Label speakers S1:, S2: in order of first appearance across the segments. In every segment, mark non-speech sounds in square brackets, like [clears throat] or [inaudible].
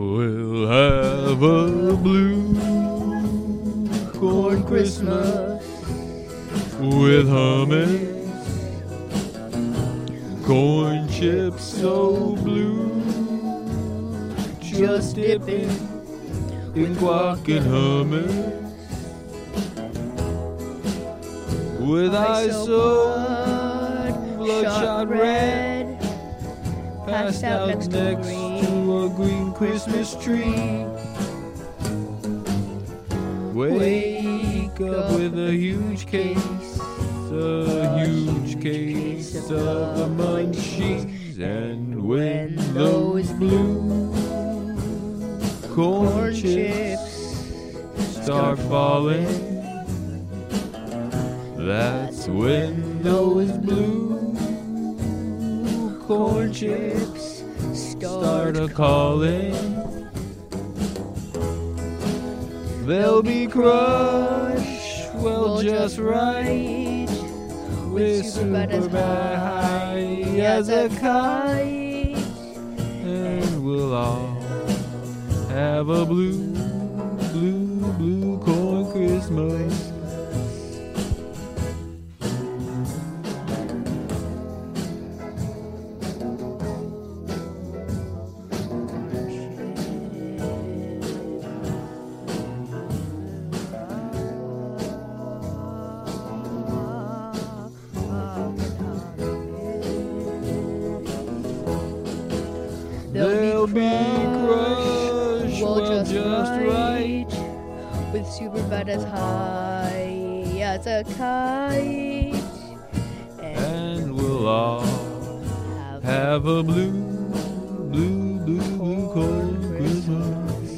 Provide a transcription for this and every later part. S1: We'll have a blue corn Christmas with hummus, corn chips so blue, just dipping in guac and hummus with eyes so bloodshot red passed out next to a green Christmas tree. Wake up with a huge case, a huge case of the munchies. And when those blue corn chips start falling, that's when those blue corn chips start a calling. They'll be crushed, well, just right. With super high as a kite, and we'll all have a blue, blue, blue corn Christmas. They'll be crushed,
S2: Well,
S1: well,
S2: just
S1: just right.
S2: with super bad as high as a kite. And
S1: And we'll all have a blue, blue, blue, blue cold Christmas.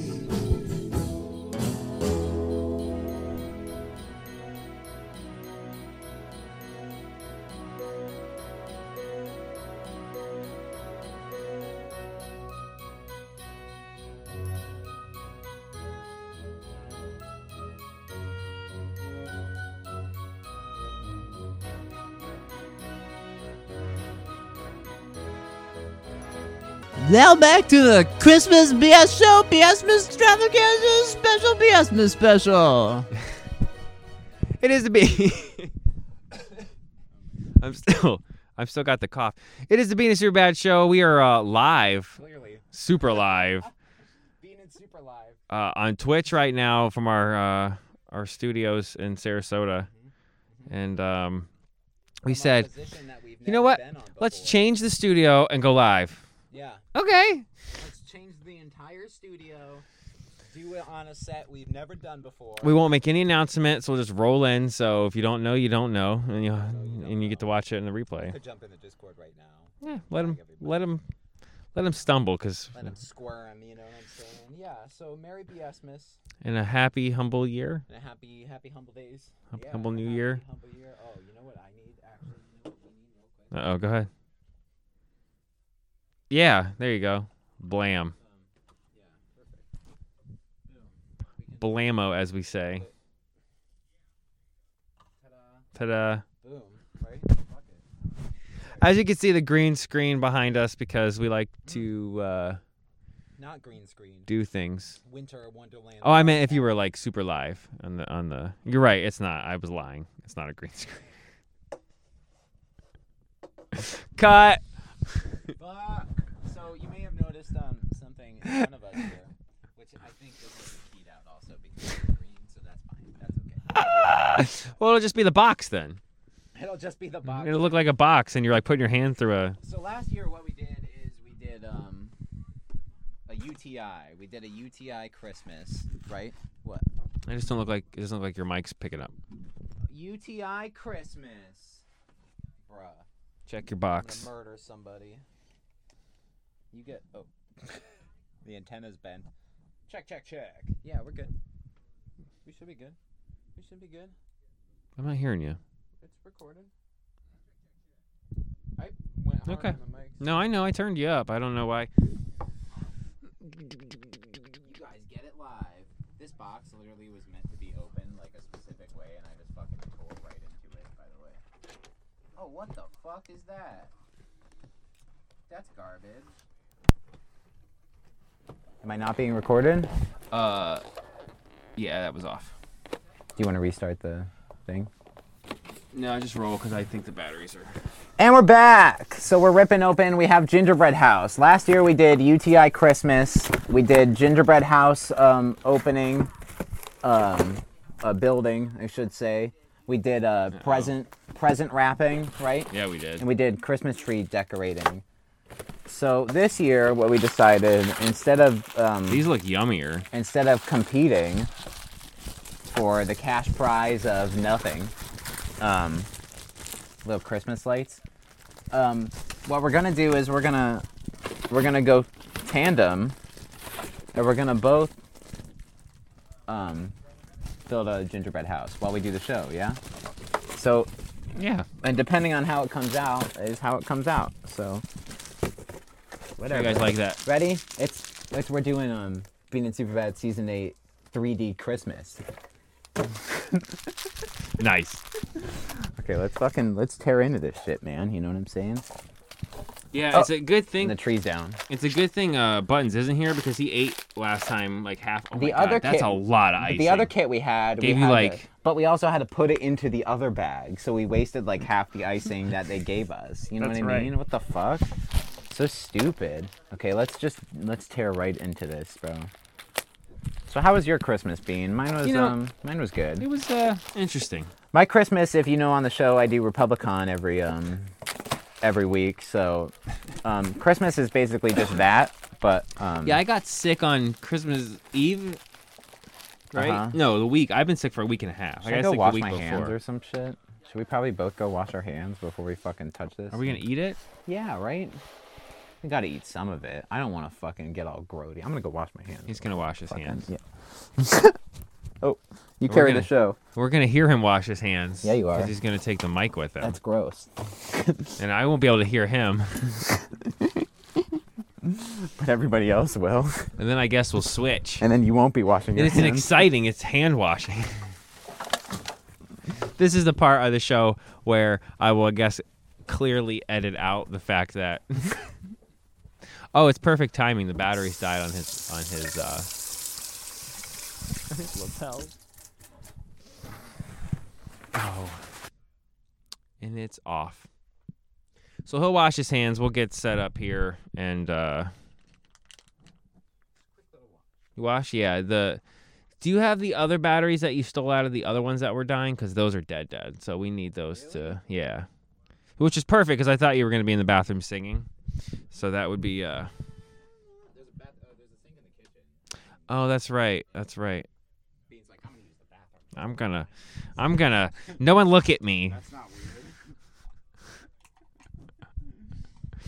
S3: Now back to the Christmas BS show, BS Miss Extravaganza special, BS Miss special.
S4: [laughs] It is the be. [laughs] I'm still, I've still got the cough. It is the Bean and Super Bad Show. We are uh, live,
S5: Clearly,
S4: super live,
S5: being in super live.
S4: uh, on Twitch right now from our uh, our studios in Sarasota, and um, we said, you know what? Let's change the studio and go live.
S5: Yeah,
S4: Okay.
S5: let's change the entire studio. Do it on a set we've never done before.
S4: We won't make any announcements. We'll just roll in. So if you don't know, you don't know, and you and you get to watch it in the replay.
S5: could jump in the Discord right now.
S4: Yeah, let him, let him, let him stumble, cause
S5: Let them squirm. You know what I'm saying? Yeah. So Merry Biesmas
S4: in a happy, humble year.
S5: and a happy, happy humble days.
S4: Hum-
S5: Yeah,
S4: humble new
S5: happy
S4: year.
S5: Humble year. Oh, you know what I need actually. You know what we need real quick.
S4: Uh oh, go ahead. Yeah, there you go. Blam. Blammo, as we say. Ta-da.
S5: Boom. Right. Fuck it.
S4: As you can see, the green screen behind us because we like to uh,
S5: Not green screen.
S4: do things.
S5: Winter Wonderland.
S4: Oh, I meant if you were like super live on the on the. You're right. It's not. I was lying. It's not a green [laughs] screen. Cut. [laughs]
S5: Fuck. So you may have noticed um something in front of us here, which I think is like keyed out also because it's green, so that's fine. That's okay.
S4: Well, it'll just be the box then.
S5: It'll just be the box.
S4: It'll look like a box, and you're like putting your hand through a.
S5: So last year, what we did is we did um a UTI. We did a UTI Christmas, right? What?
S4: I just don't look like it doesn't look like your mic's picking up.
S5: UTI Christmas, bruh.
S4: Check your
S5: I'm
S4: box.
S5: gonna murder somebody. You get oh, [laughs] the antenna's bent. Check, check, check. Yeah, we're good. We should be good. We should be good.
S4: I'm not hearing you.
S5: It's recorded. I went hard
S4: Okay.
S5: on the mic.
S4: No, I know. I turned you up. I don't know why.
S5: You guys get it live. This box literally was meant to be open like a specific way, and I just fucking tore right into it. By the way. Oh, what the fuck is that? That's garbage. Am I not being recorded? Do
S4: Uh, yeah, that was off.
S5: you want to restart the thing?
S4: No, I just roll because I think the batteries are.
S5: And we're back. So we're ripping open. We have Gingerbread House. Last year we did UTI Christmas. We did Gingerbread House um, opening, um, a building, I should say. We did uh, present present wrapping, right?
S4: Yeah, we did.
S5: And we did Christmas tree decorating. So this year, what we decided instead of um,
S4: These look yummier.
S5: instead of competing for the cash prize of nothing, um, little Christmas lights. Um, what we're gonna do is we're gonna we're gonna go tandem, and we're gonna both um, build a gingerbread house while we do the show. Yeah. So
S4: Yeah.
S5: and depending on how it comes out is how it comes out. So whatever.
S4: You guys like that?
S5: Ready? It's it's we're doing um being in Superbad season eight 3D Christmas.
S4: Nice.
S5: Okay, let's fucking let's tear into this shit, man. You know what I'm saying?
S4: Yeah,
S5: Oh.
S4: it's a good
S5: And
S4: thing.
S5: the tree's down.
S4: It's a good thing uh, Buttons isn't here because he ate last time like half. Oh
S5: The
S4: my
S5: other
S4: God, that's
S5: kid-
S4: a lot of
S5: But
S4: icing.
S5: the other kit we had,
S4: Gave
S5: we
S4: you,
S5: had
S4: like-
S5: to- but we also had to put it into the other bag, so we wasted like half the icing that they gave us. You know
S4: That's
S5: what I
S4: right.
S5: mean? What the fuck? So stupid. Okay, let's just let's tear right into this, bro. So how was your Christmas, Bean? Mine was
S4: You know-
S5: um mine was
S4: It
S5: good.
S4: was uh interesting.
S5: My Christmas, if you know on the show, I do Republican every um every week. So um Christmas is basically just that, but um
S4: Yeah, I got sick on Christmas Eve. Right?
S5: Uh-huh.
S4: No, the week. I've been sick for a week and a half.
S5: should I
S4: got
S5: go
S4: sick
S5: wash
S4: the week
S5: my
S4: before.
S5: hands or some shit? Should we probably both go wash our hands before we fucking touch this?
S4: Are we gonna eat it?
S5: Yeah, right? We gotta eat some of it. I don't wanna fucking get all grody. I'm gonna go wash my hands.
S4: He's gonna wash his hands.
S5: Yeah.
S4: [laughs]
S5: oh, you
S4: We're
S5: carry
S4: gonna-
S5: the show.
S4: We're gonna hear him wash his hands.
S5: Yeah, you are.
S4: Because he's gonna take the mic with him,
S5: That's gross.
S4: and I won't be able to hear him. [laughs]
S5: But everybody else will. [laughs]
S4: And then I guess we'll switch.
S5: and then you won't be washing your
S4: it's an
S5: hands.
S4: exciting. It's hand washing. [laughs] this is the part of the show where I will, I guess, clearly edit out the fact that. [laughs] oh, it's perfect timing. The batteries died on his on his. Uh, Oh. And it's off. So he'll wash his hands. We'll get set up here and uh wash. Yeah, the Do you have the other batteries that you stole out of the other ones that were dying cuz those are dead dead. So we need those to yeah. Which is perfect cuz I thought you were going to be in the bathroom singing. So that would be uh Oh, that's right. That's right. I'm gonna, I'm gonna. No one look at me.
S5: That's not weird. oh my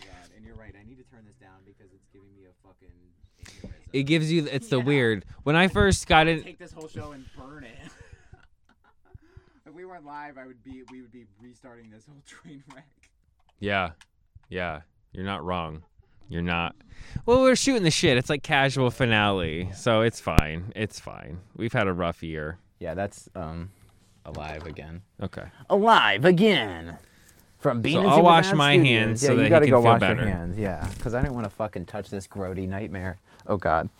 S5: god, and you're right. I need to turn this down because it's giving me a fucking aneurysm.
S4: It gives you. It's the weird. When I first got in,
S5: Take this whole show and burn it. [laughs] if we weren't live, I would be we would be restarting this whole [laughs] train wreck.
S4: yeah, yeah. You're not wrong. You're not. [laughs] Well, we're shooting the shit. It's like casual finale, so it's fine. It's fine. We've had a rough year.
S5: Yeah, that's um alive again.
S4: Okay.
S5: Alive again. From being
S4: So I'll wash my hands
S5: yeah,
S4: so
S5: you
S4: that he
S5: gotta
S4: can
S5: go
S4: feel
S5: wash
S4: better.
S5: your hands. Yeah, because I didn't want to fucking touch this grody nightmare. Oh god.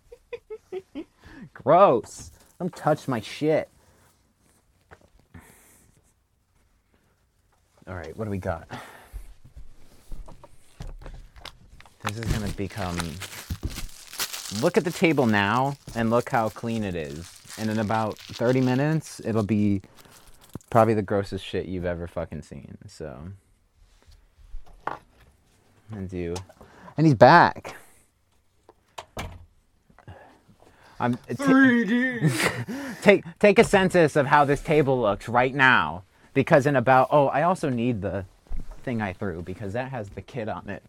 S5: [laughs] Gross. Don't touch my shit. All right, what do we got? This is gonna become. Look at the table now and look how clean it is. And in about 30 minutes, it'll be probably the grossest shit you've ever fucking seen. So. And do. And he's back. I'm. t- [laughs] take take a census of how this table looks right now, because in about oh, I also need the thing I threw because that has the kit on it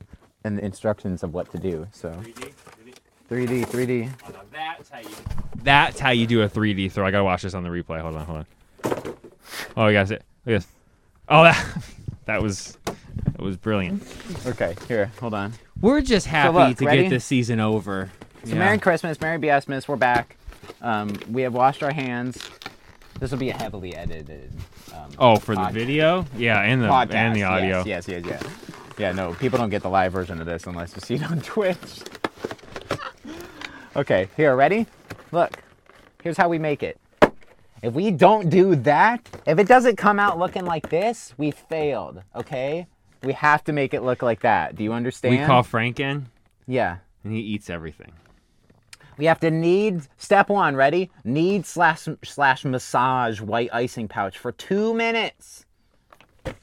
S5: and the instructions of what to do. So 3D, 3D.
S4: That's how you. That's how you do a 3D throw. I gotta watch this on the replay. Hold on. Hold on. Oh, you guys, it. Look at this. Oh, that. [laughs] That was. That was brilliant.
S5: Okay, here, hold on.
S4: We're just happy
S5: look,
S4: to
S5: ready?
S4: get this season over.
S5: So Merry Christmas, Merry Biasmus, we're back. Um, we have washed our hands. This will be a heavily edited. Um,
S4: Oh, for the
S5: Podcast.
S4: video? Yeah, Oh, and the
S5: podcast.
S4: and the audio.
S5: Yes, yes, yes. yes. Yeah, no, people don't get the live version of this unless you see it on [laughs] Twitch. okay, here, ready? Look, here's how we make it. If we don't do that, if it doesn't come out looking like this, we failed, okay? We have to make it look like that. Do you understand?
S4: We call Frank in,
S5: yeah.
S4: and he eats everything.
S5: We have to knead. Step one, ready? Knead slash slash massage white icing pouch for two minutes.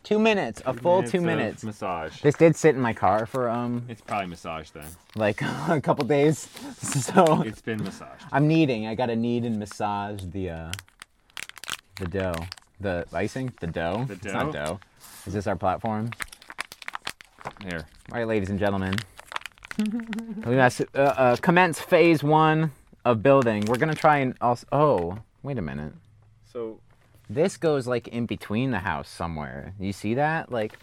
S5: Two minutes, a full two minutes.
S4: Massage.
S5: This did sit in my car for um
S4: It's probably massage
S5: [laughs]
S4: then.
S5: like a couple days, [laughs] so
S4: It's been massaged.
S5: I'm kneading. I gotta knead and massage the uh the dough, the icing, the dough.
S4: The
S5: It's not
S4: dough?
S5: dough. Is this our platform?
S4: There.
S5: All right, ladies and gentlemen. [laughs] we must uh, uh, commence phase one of building. We're gonna try and also. Oh, wait a minute.
S4: So
S5: This goes like in between the house somewhere. You see that? Like,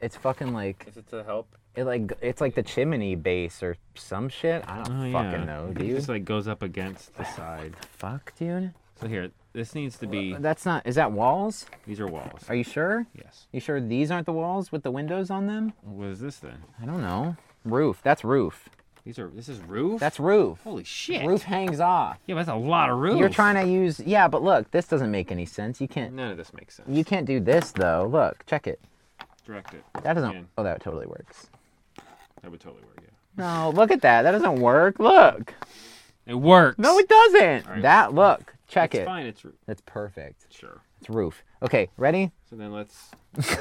S5: it's fucking like
S4: is it to help?
S5: it like it's like the chimney base or some shit. I don't
S4: Oh, yeah.
S5: fucking know,
S4: It
S5: dude.
S4: just like goes up against the side.
S5: Fuck, dude.
S4: So here, this needs to be.
S5: That's not. Is that walls?
S4: These are walls.
S5: Are you sure?
S4: Yes.
S5: You sure these aren't the walls with the windows on them?
S4: What is this then?
S5: I don't know. Roof. That's roof.
S4: These are. This is roof.
S5: That's roof.
S4: holy shit.
S5: Roof hangs off.
S4: Yeah, but that's a lot of roof.
S5: You're trying to use yeah, but look, this doesn't make any sense. You can't
S4: None of this makes sense.
S5: you can't do this though. Look, check it.
S4: Direct it.
S5: That doesn't
S4: Again.
S5: oh that totally works.
S4: That would totally work. Yeah.
S5: No, look at that. That doesn't work. Look.
S4: It works.
S5: No, it doesn't.
S4: Alright.
S5: That look. Check
S4: It's
S5: it.
S4: fine. It's roof.
S5: That's perfect.
S4: Sure.
S5: It's roof. Okay, ready?
S4: So then let's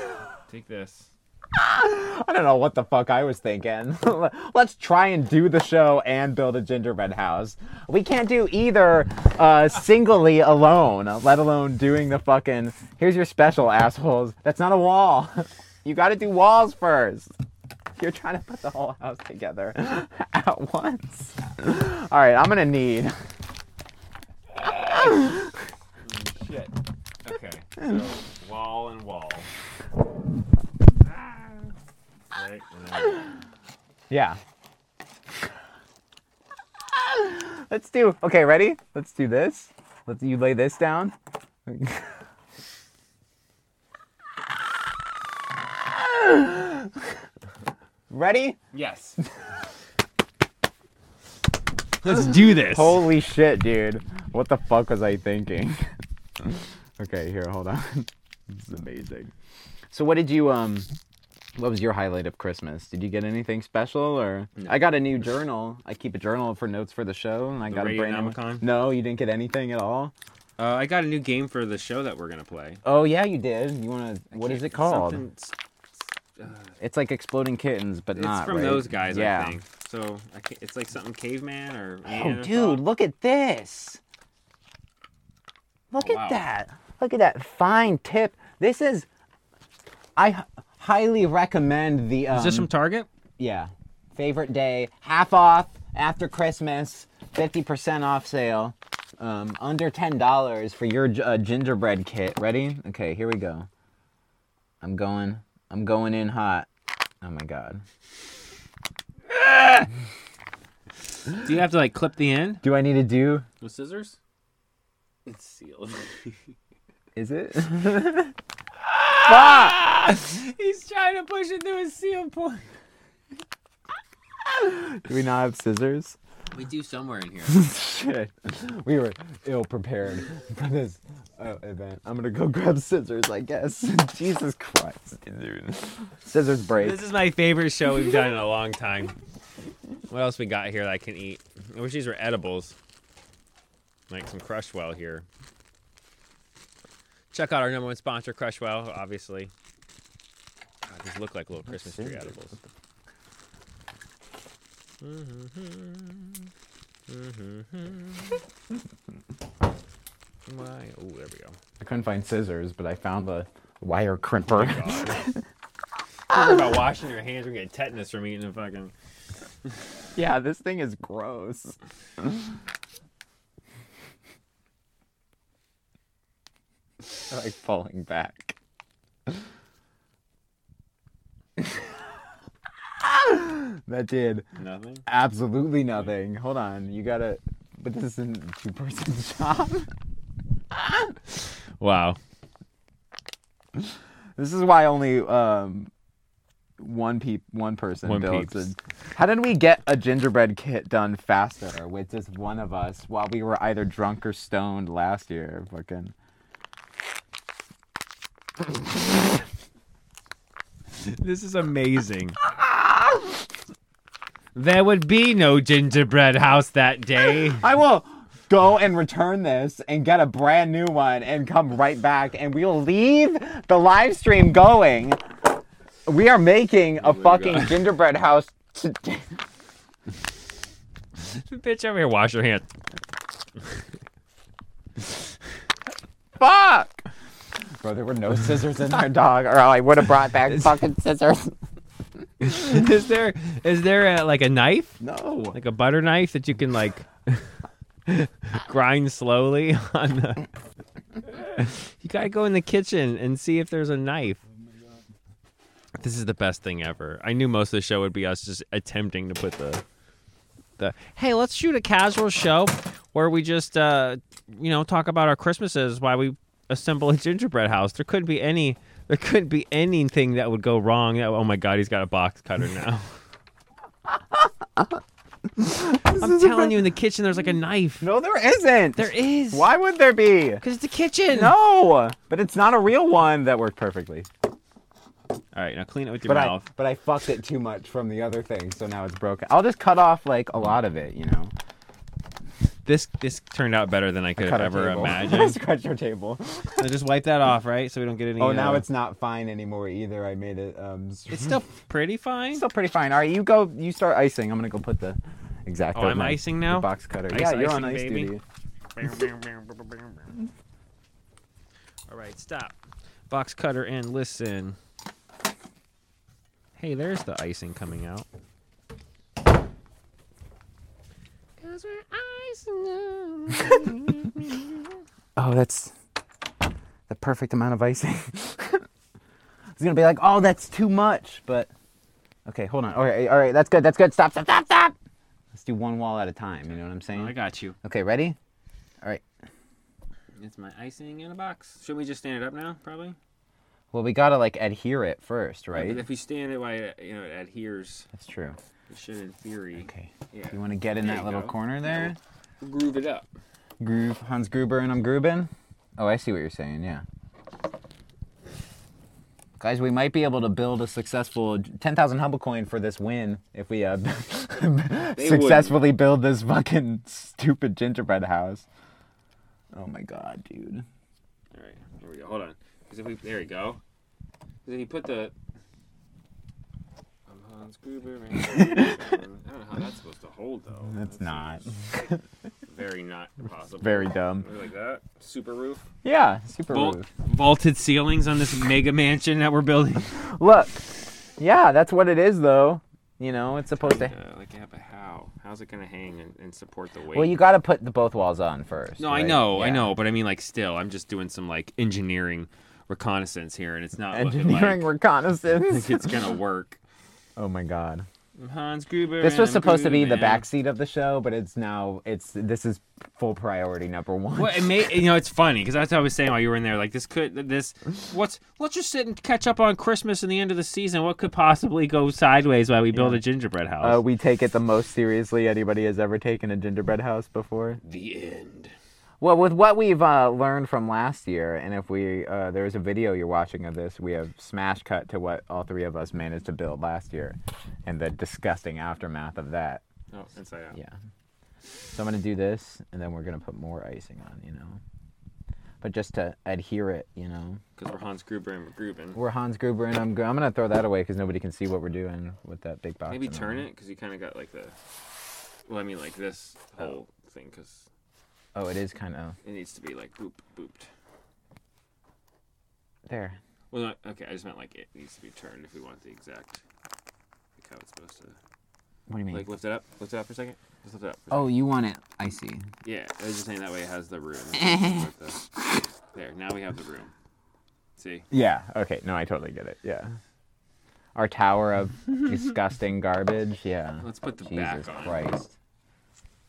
S5: [laughs]
S4: take this.
S5: I don't know what the fuck I was thinking. [laughs] Let's try and do the show and build a gingerbread house. We can't do either uh, singly alone, let alone doing the fucking. Here's your special, assholes. That's not a wall. [laughs] You gotta do walls first. You're trying to put the whole house together [laughs] at once. All right, I'm gonna need.
S4: Shit. [laughs] Okay. So wall and wall. Right, and then-
S5: Yeah. Let's do. Okay, ready? Let's do this. Let's you lay this down. [laughs] ready?
S4: Yes. [laughs] Let's do this.
S5: Holy shit, dude. What the fuck was I thinking? [laughs] okay, here, hold on. [laughs] this is amazing. So what did you um what was your highlight of Christmas? Did you get anything special or I got a new journal. I keep a journal for notes for the show and I got a brand new
S4: Radionomicon?
S5: No, you didn't get anything at all.
S4: Uh, I got a new game for the show that we're gonna play.
S5: Oh yeah, you did. You want to What is
S4: Can't-
S5: it called?
S4: something- it's
S5: It's like Exploding Kittens, but
S4: it's
S5: not
S4: from
S5: right?
S4: those guys,
S5: yeah.
S4: I think. So I can't, it's like something caveman or.
S5: Oh,
S4: Neanderthal.
S5: dude, look at this. Look
S4: Oh,
S5: at
S4: wow.
S5: that. Look at that fine tip. This is. I h- highly recommend the. Um,
S4: Is this from Target?
S5: yeah. Favorite day. Half off after Christmas. 50% off sale. Um, under $10 for your gi- uh, gingerbread kit. Ready? Okay, here we go. I'm going. I'm going in hot. Oh my god.
S4: Do you have to like clip the end
S5: Do I need to do.
S4: with scissors? It's sealed. [laughs]
S5: Is it? [laughs]
S4: [laughs] He's trying to push it to a seal point.
S5: do we not have scissors?
S4: We do somewhere in here.
S5: [laughs] Shit, we were ill prepared for this uh, event. I'm gonna go [laughs] grab scissors, I guess. [laughs] Jesus Christ, dude. Scissors break.
S4: this is my favorite show we've done in a long time. What else we got here that I can eat? I wish these were edibles. Like some Crushwell here. Check out our number one sponsor, Crushwell, obviously. God, these look like little Christmas tree edibles. Mm-hmm. Mm-hmm. My, oh, there we go.
S5: I couldn't find scissors, but I found the wire [laughs] crimper.
S4: Think about washing your hands or getting tetanus from eating a fucking.
S5: yeah, this thing is gross. [laughs] I like falling back. [laughs] that did.
S4: Nothing.
S5: Absolutely nothing. Hold on, you gotta. But this isn't a two-person [laughs] job.
S4: Wow.
S5: This is why only um, one peep, one person
S4: One
S5: builds.
S4: peeps.
S5: a- How did we get a gingerbread kit done faster with just one of us while we were either drunk or stoned last year? Fucking.
S4: This is amazing. [laughs] There would be no gingerbread house that day.
S5: I will go and return this and get a brand new one and come right back and we'll leave the live stream going. We are making a fucking gingerbread house today.
S4: [laughs] Bitch, over here, wash your hands.
S5: Fuck! Bro, there were no scissors in there, dog, or I would have brought back
S4: [laughs]
S5: fucking scissors.
S4: [laughs] is there is there a, like a knife,
S5: No.
S4: like a butter knife that you can like [laughs] grind slowly [laughs] on the? you gotta go in the kitchen and see if there's a knife. This is the best thing ever. I knew most of the show would be us just attempting to put the the hey, let's shoot a casual show where we just uh you know talk about our Christmases, why we assemble a gingerbread house. There couldn't be any there couldn't be anything that would go wrong. That- Oh my god, he's got a box cutter
S5: [laughs]
S4: now. I'm telling you in the kitchen there's like a knife.
S5: No, there isn't.
S4: There is.
S5: Why would there be?
S4: Cuz it's the kitchen.
S5: No, but it's not a real one that worked perfectly.
S4: All right, now clean it with your
S5: But I,
S4: mouth.
S5: but I fucked it too much from the other thing, so now it's broken. I'll just cut off like a lot of it, you know.
S4: This this turned out better than I could
S5: Cut our
S4: ever
S5: table. [laughs]
S4: imagine.
S5: Scratch your table.
S4: so just wipe that off, right? So we don't get any
S5: Oh, now
S4: uh,
S5: it's not fine anymore either. I made it. Um, s-
S4: it's still pretty fine.
S5: still pretty fine. All right, you go. You start icing. I'm gonna go put the exact.
S4: Oh, I'm icing now?
S5: box cutter.
S4: Ice
S5: yeah, you're on
S4: icing,
S5: ice
S4: baby.
S5: duty.
S4: All right, stop. Box cutter and listen. Hey, there's the icing coming out. Cause we're icing.
S5: Oh, that's the perfect amount of icing. [laughs] it's gonna be like, oh, that's too much, but okay, hold on. Okay, all right, that's good. That's good. Stop, stop, stop, stop. Let's do one wall at a time. You know what I'm saying?
S4: I got you.
S5: Okay, ready? All right.
S4: It's my icing in a box. Should we just stand it up now? Probably.
S5: Well, we gotta like adhere it first,
S4: But
S5: right?
S4: if we stand it, why it, you know it adheres.
S5: That's true.
S4: It should, in theory,
S5: Okay.
S4: Yeah.
S5: You want to get in
S4: There
S5: that
S4: you
S5: little
S4: go.
S5: corner there?
S4: groove it up.
S5: Groove, Hans Gruber, and I'm Grubin. Oh, I see what you're saying. Yeah. Guys, we might be able to build a successful 10,000 Humble Coin for this win if we uh, [laughs] successfully build this fucking stupid gingerbread house. Oh my god, dude.
S4: All right, here we go. Hold on, because if we there we go. 'Cause if you put the I'm Hans Gruber. [laughs] man. I don't know how that's supposed to hold though.
S5: That's not.
S4: very not possible.
S5: Very dumb.
S4: Maybe like that super roof.
S5: Yeah, super roof.
S4: vaulted ceilings on this mega mansion that we're [laughs] building.
S5: Look. Yeah, that's what it is, though. You know, it's supposed to.
S4: like yeah, but how? How's it gonna hang and, and support the weight?
S5: Well, you got to put the both walls on first.
S4: No, I
S5: right?
S4: know, I
S5: Yeah.
S4: know, but I mean, like, still, I'm just doing some like engineering reconnaissance here, and it's not
S5: Engineering
S4: looking like,
S5: reconnaissance.
S4: like [laughs] it's gonna work.
S5: oh my god.
S4: Hans Gruber.
S5: This
S4: and
S5: was
S4: I'm
S5: supposed to be
S4: Gruber,
S5: the
S4: man.
S5: backseat of the show, but it's now it's this is full priority number one.
S4: Well, it may, you know, it's funny because that's what I was saying while you were in there. Like this could, this, what's, let's just sit and catch up on Christmas and the end of the season. What could possibly go sideways while we build a gingerbread house?
S5: Uh, we take it the most seriously anybody has ever taken a gingerbread house before.
S4: the end.
S5: Well, with what we've uh, learned from last year, and if we uh, there's a video you're watching of this, we have smash cut to what all three of us managed to build last year, and the disgusting aftermath of that.
S4: Oh, inside out.
S5: Yeah. So I'm gonna do this, and then we're gonna put more icing on, you know. But just to adhere it, you know.
S4: Because we're Hans Gruber and we're grooving.
S5: We're Hans Gruber, and I'm, go- I'm gonna throw that away because nobody can see what we're doing with that big box.
S4: Maybe
S5: and all
S4: turn
S5: that.
S4: it because you kind of got like the, well, I mean, like this whole thing because
S5: Oh, it is kind of
S4: it needs to be like boop booped.
S5: there.
S4: Well, not, okay, I just meant like it needs to be turned if we want the exact, like how it's supposed to.
S5: What do you mean?
S4: Like lift it up, lift it up for a second. Just lift it up. For a
S5: oh, you want it icy?
S4: second. Yeah, I was just saying that way it has the room. Lift the- there, now we have the room. See,
S5: Yeah. Okay. No, I totally get it. Yeah. Our tower of [laughs] disgusting garbage. Yeah.
S4: let's put the
S5: Jesus
S4: back on.
S5: Christ.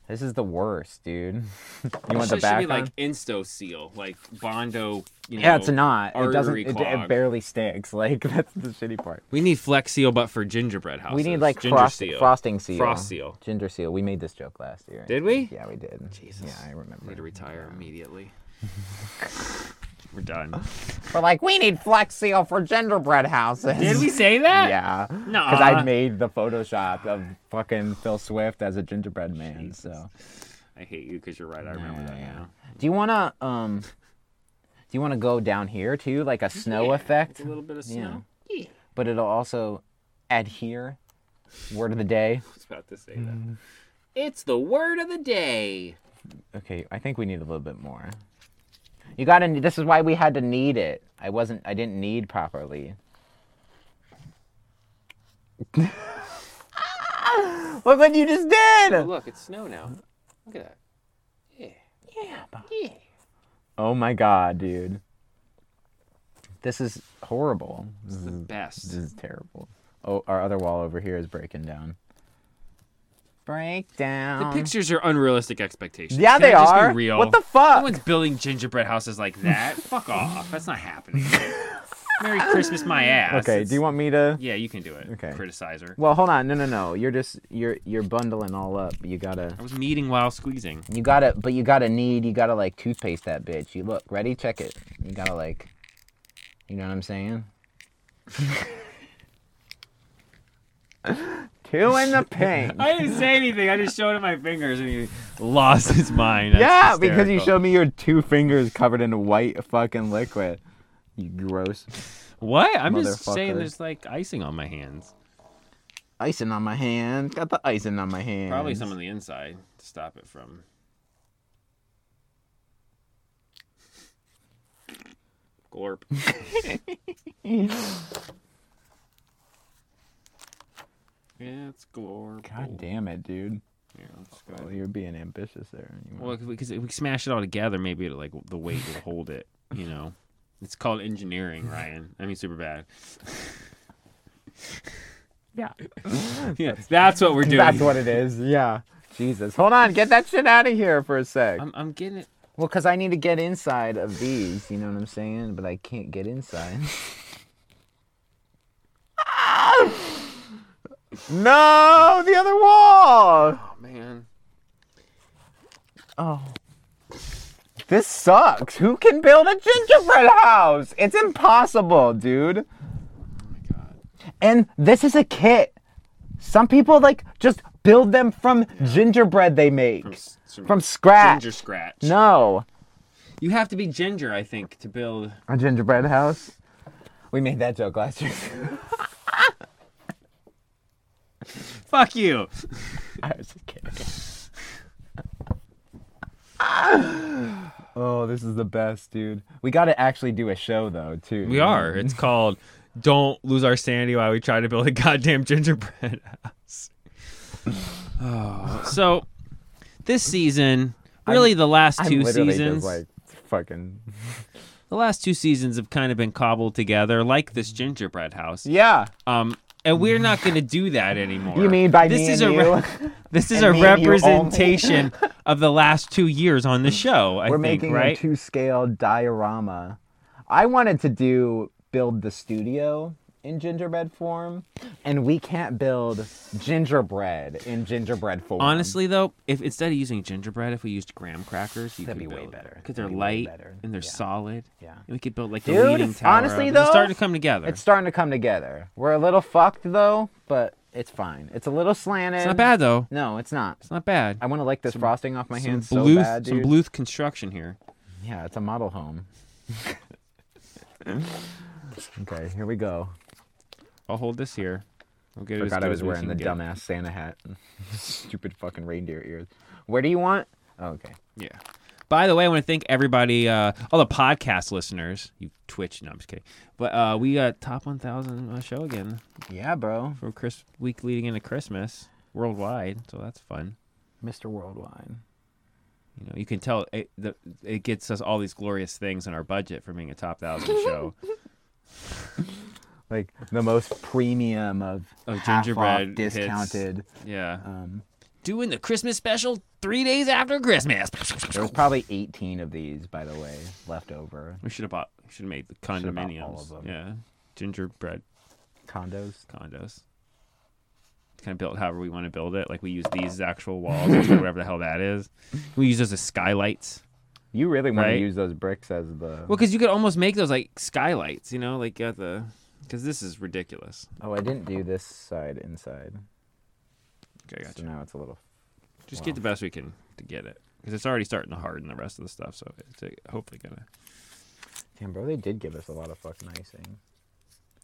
S5: This is the worst, dude. [laughs] you want the
S4: This should
S5: back
S4: be like
S5: on?
S4: Insto Seal, like Bondo. You know,
S5: Yeah, it's not. It
S4: artery
S5: doesn't. It,
S4: clog.
S5: it barely sticks. [laughs] Like that's the shitty part.
S4: We need Flex Seal, but for gingerbread houses.
S5: we need like
S4: ginger
S5: frost,
S4: seal.
S5: frosting seal,
S4: Frost seal.
S5: ginger seal. We made this joke last year.
S4: Did we?
S5: Yeah, we did. Jesus. Yeah, I
S4: I need to
S5: remember.
S4: retire immediately. [laughs] We're done.
S5: [laughs] We're like, we need flex seal for gingerbread houses.
S4: say that?
S5: [laughs] Yeah. No. Because
S4: Nuh-uh.
S5: I made the Photoshop of fucking Phil Swift as a gingerbread man. So.
S4: I hate you because you're right. I remember that now.
S5: Do you wanna um? Do you wanna go down here too, like a snow effect?
S4: A little bit of
S5: Yeah.
S4: snow. Yeah.
S5: But it'll also adhere. Word of the day.
S4: I was about to say
S5: Mm-hmm.
S4: that. It's the word of the day.
S5: Okay, I think we need a little bit more. You gotta. This is why we had to need it. I wasn't. I didn't need properly. [laughs] Look what you just
S4: Oh,
S5: did!
S4: look, it's snow now. Look at that. Yeah. Yeah.
S5: Oh my god, dude. This is horrible.
S4: It's the best.
S5: This is terrible. Oh, our other wall over here is breaking down. Break
S4: The
S5: down.
S4: pictures are unrealistic expectations.
S5: Yeah,
S4: Can
S5: they
S4: it just
S5: are.
S4: Be real?
S5: What the fuck?
S4: No one's building gingerbread houses like
S5: [laughs]
S4: that. Fuck off. That's not happening. Merry Christmas, my ass.
S5: Okay, do you want me to?
S4: Yeah, you can do it.
S5: Okay.
S4: Criticizer.
S5: Well, hold on. No, no, no. You're just you're you're bundling all up. You gotta.
S4: I was meeting while
S5: [laughs]
S4: squeezing.
S5: You gotta, but you gotta need, you gotta like toothpaste that bitch. You look, ready? Check it. You gotta like, you know what I'm saying? [laughs]
S4: [laughs]
S5: Two in the pink.
S4: I didn't say anything. I just showed him my fingers, and he lost his mind.
S5: yeah, because you showed me your two fingers covered in white fucking liquid. You gross.
S4: What? I'm just saying
S5: Motherfucker.
S4: there's like icing on my hands.
S5: Icing on my hand. Got the icing on my hand.
S4: Probably some on the inside to stop it from. Glorp. yeah, it's glorp.
S5: God damn it, dude.
S4: Yeah, let's go.
S5: Well, you're being ambitious there. You
S4: Well, because if we smash it all together, maybe it'll, like the weight will hold it. You know, it's called engineering, Ryan. I mean, super bad.
S5: Yeah.
S4: [laughs] yeah, that's what we're doing.
S5: That's what it is. Yeah. Jesus. Hold on. Get that shit out of here for a sec.
S4: I'm, I'm getting it.
S5: Um, Well, because I need to get inside of these, you know what I'm saying? But I can't get inside. [laughs] no, the other wall.
S4: Oh man,
S5: Oh. This sucks. Who can build a gingerbread house? It's impossible, dude.
S4: oh my god.
S5: And this is a kit. Some people like just build them from gingerbread they make
S4: From,
S5: from,
S4: s- from,
S5: scratch.
S4: ginger scratch.
S5: Ah. No.
S4: You have to be ginger, I think, to build.
S5: A gingerbread house? We made that joke last year. [laughs]
S4: Fuck you.
S5: I was just kidding. [sighs] oh, this is the best, dude. We got to actually do a show though, too.
S4: We are. It's called "Don't Lose Our Sanity While We Try to Build a Goddamn Gingerbread House." Oh, [sighs] so this season, really the last
S5: I'm
S4: 2
S5: literally
S4: seasons,
S5: Just, like fucking.
S4: the last two seasons have kind of been cobbled together like this gingerbread house.
S5: Yeah.
S4: Um, and we're not going to do that anymore.
S5: You mean by
S4: this
S5: me
S4: is
S5: and
S4: a
S5: [laughs]
S4: re-
S5: you?
S4: this is
S5: And
S4: a
S5: me and you only?
S4: representation of the last two years on the show. I
S5: We're
S4: think,
S5: making
S4: right?
S5: a two-scale diorama. I wanted to do build the studio in gingerbread form, and we can't build gingerbread in gingerbread form.
S4: Honestly, though, if instead of using gingerbread, if we used graham crackers, you
S5: That'd
S4: could
S5: be way
S4: build-
S5: better.
S4: because
S5: That'd
S4: they're light
S5: be way better.
S4: and they're
S5: Yeah.
S4: solid.
S5: Yeah.
S4: and we could build like
S5: Dude,
S4: the leaning tower.
S5: honestly,
S4: up. it's
S5: though,
S4: starting to come together.
S5: It's
S4: It's,
S5: starting to come together. We're a little fucked though, but it's fine. It's a little slanted.
S4: not bad though.
S5: No, it's not.
S4: It's not bad.
S5: I want to lick this frosting off my
S4: some
S5: hands
S4: Bluth,
S5: so bad,
S4: some
S5: dude.
S4: Bluth construction here.
S5: yeah, it's a model home. [laughs] okay, here we go.
S4: I'll hold this here. I'll get it as
S5: Forgot I
S4: good
S5: was
S4: as we
S5: wearing
S4: can
S5: the
S4: get.
S5: dumbass Santa hat. [laughs] Stupid fucking reindeer ears. Where do you want? Oh, okay.
S4: Yeah. By the way, I want to thank everybody, uh, all the podcast listeners. You Twitch, no, I'm just kidding. But uh, we got top 1,000 on the show again
S5: Yeah, bro.
S4: for Chris week leading into Christmas worldwide, so that's fun.
S5: Mr. Worldwide.
S4: You know, you can tell it, the, it gets us all these glorious things in our budget for being a top thousand show.
S5: Like the most premium of
S4: Of
S5: half off
S4: gingerbread hits.
S5: discounted.
S4: Yeah,
S5: Um,
S4: doing the Christmas special three days after Christmas.
S5: There was probably 18 of these, by the way, left over.
S4: We should have bought. We should have made the
S5: Should've bought all
S4: condominiums.
S5: of them.
S4: Yeah, gingerbread
S5: Condos.
S4: condos. Kind of built however we want to build it. Like we use these as actual walls, which are whatever the hell that is. We use those as skylights.
S5: You really want
S4: Right?
S5: to use those bricks as the.
S4: Well, because you could almost make those like skylights. You know, like at the. Because this is ridiculous.
S5: Oh, I didn't do this side inside.
S4: Okay, gotcha.
S5: So now it's a little.
S4: Just get the best we can to get it. Because it's already starting to harden the rest of the stuff, so it's uh, hopefully gonna.
S5: Damn, bro, they did give us a lot of fucking icing.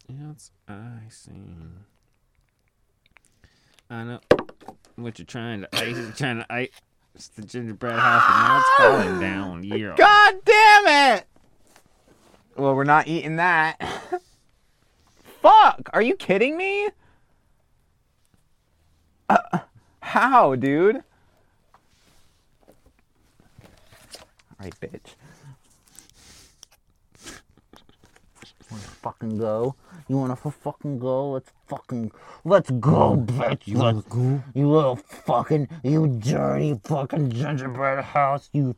S4: Yeah, it's icing. I know what you're trying to ice. You're trying to ice the gingerbread house, and now it's
S5: [gasps]
S4: falling down. Yeah.
S5: God damn it! Well, we're not eating that. [laughs] Fuck! Are you kidding me? Uh, how, dude? All right, bitch. [laughs] Wanna fucking go? You wanna f- fucking go? Let's fucking let's go, bitch. You let's go? You little fucking you dirty fucking gingerbread house. You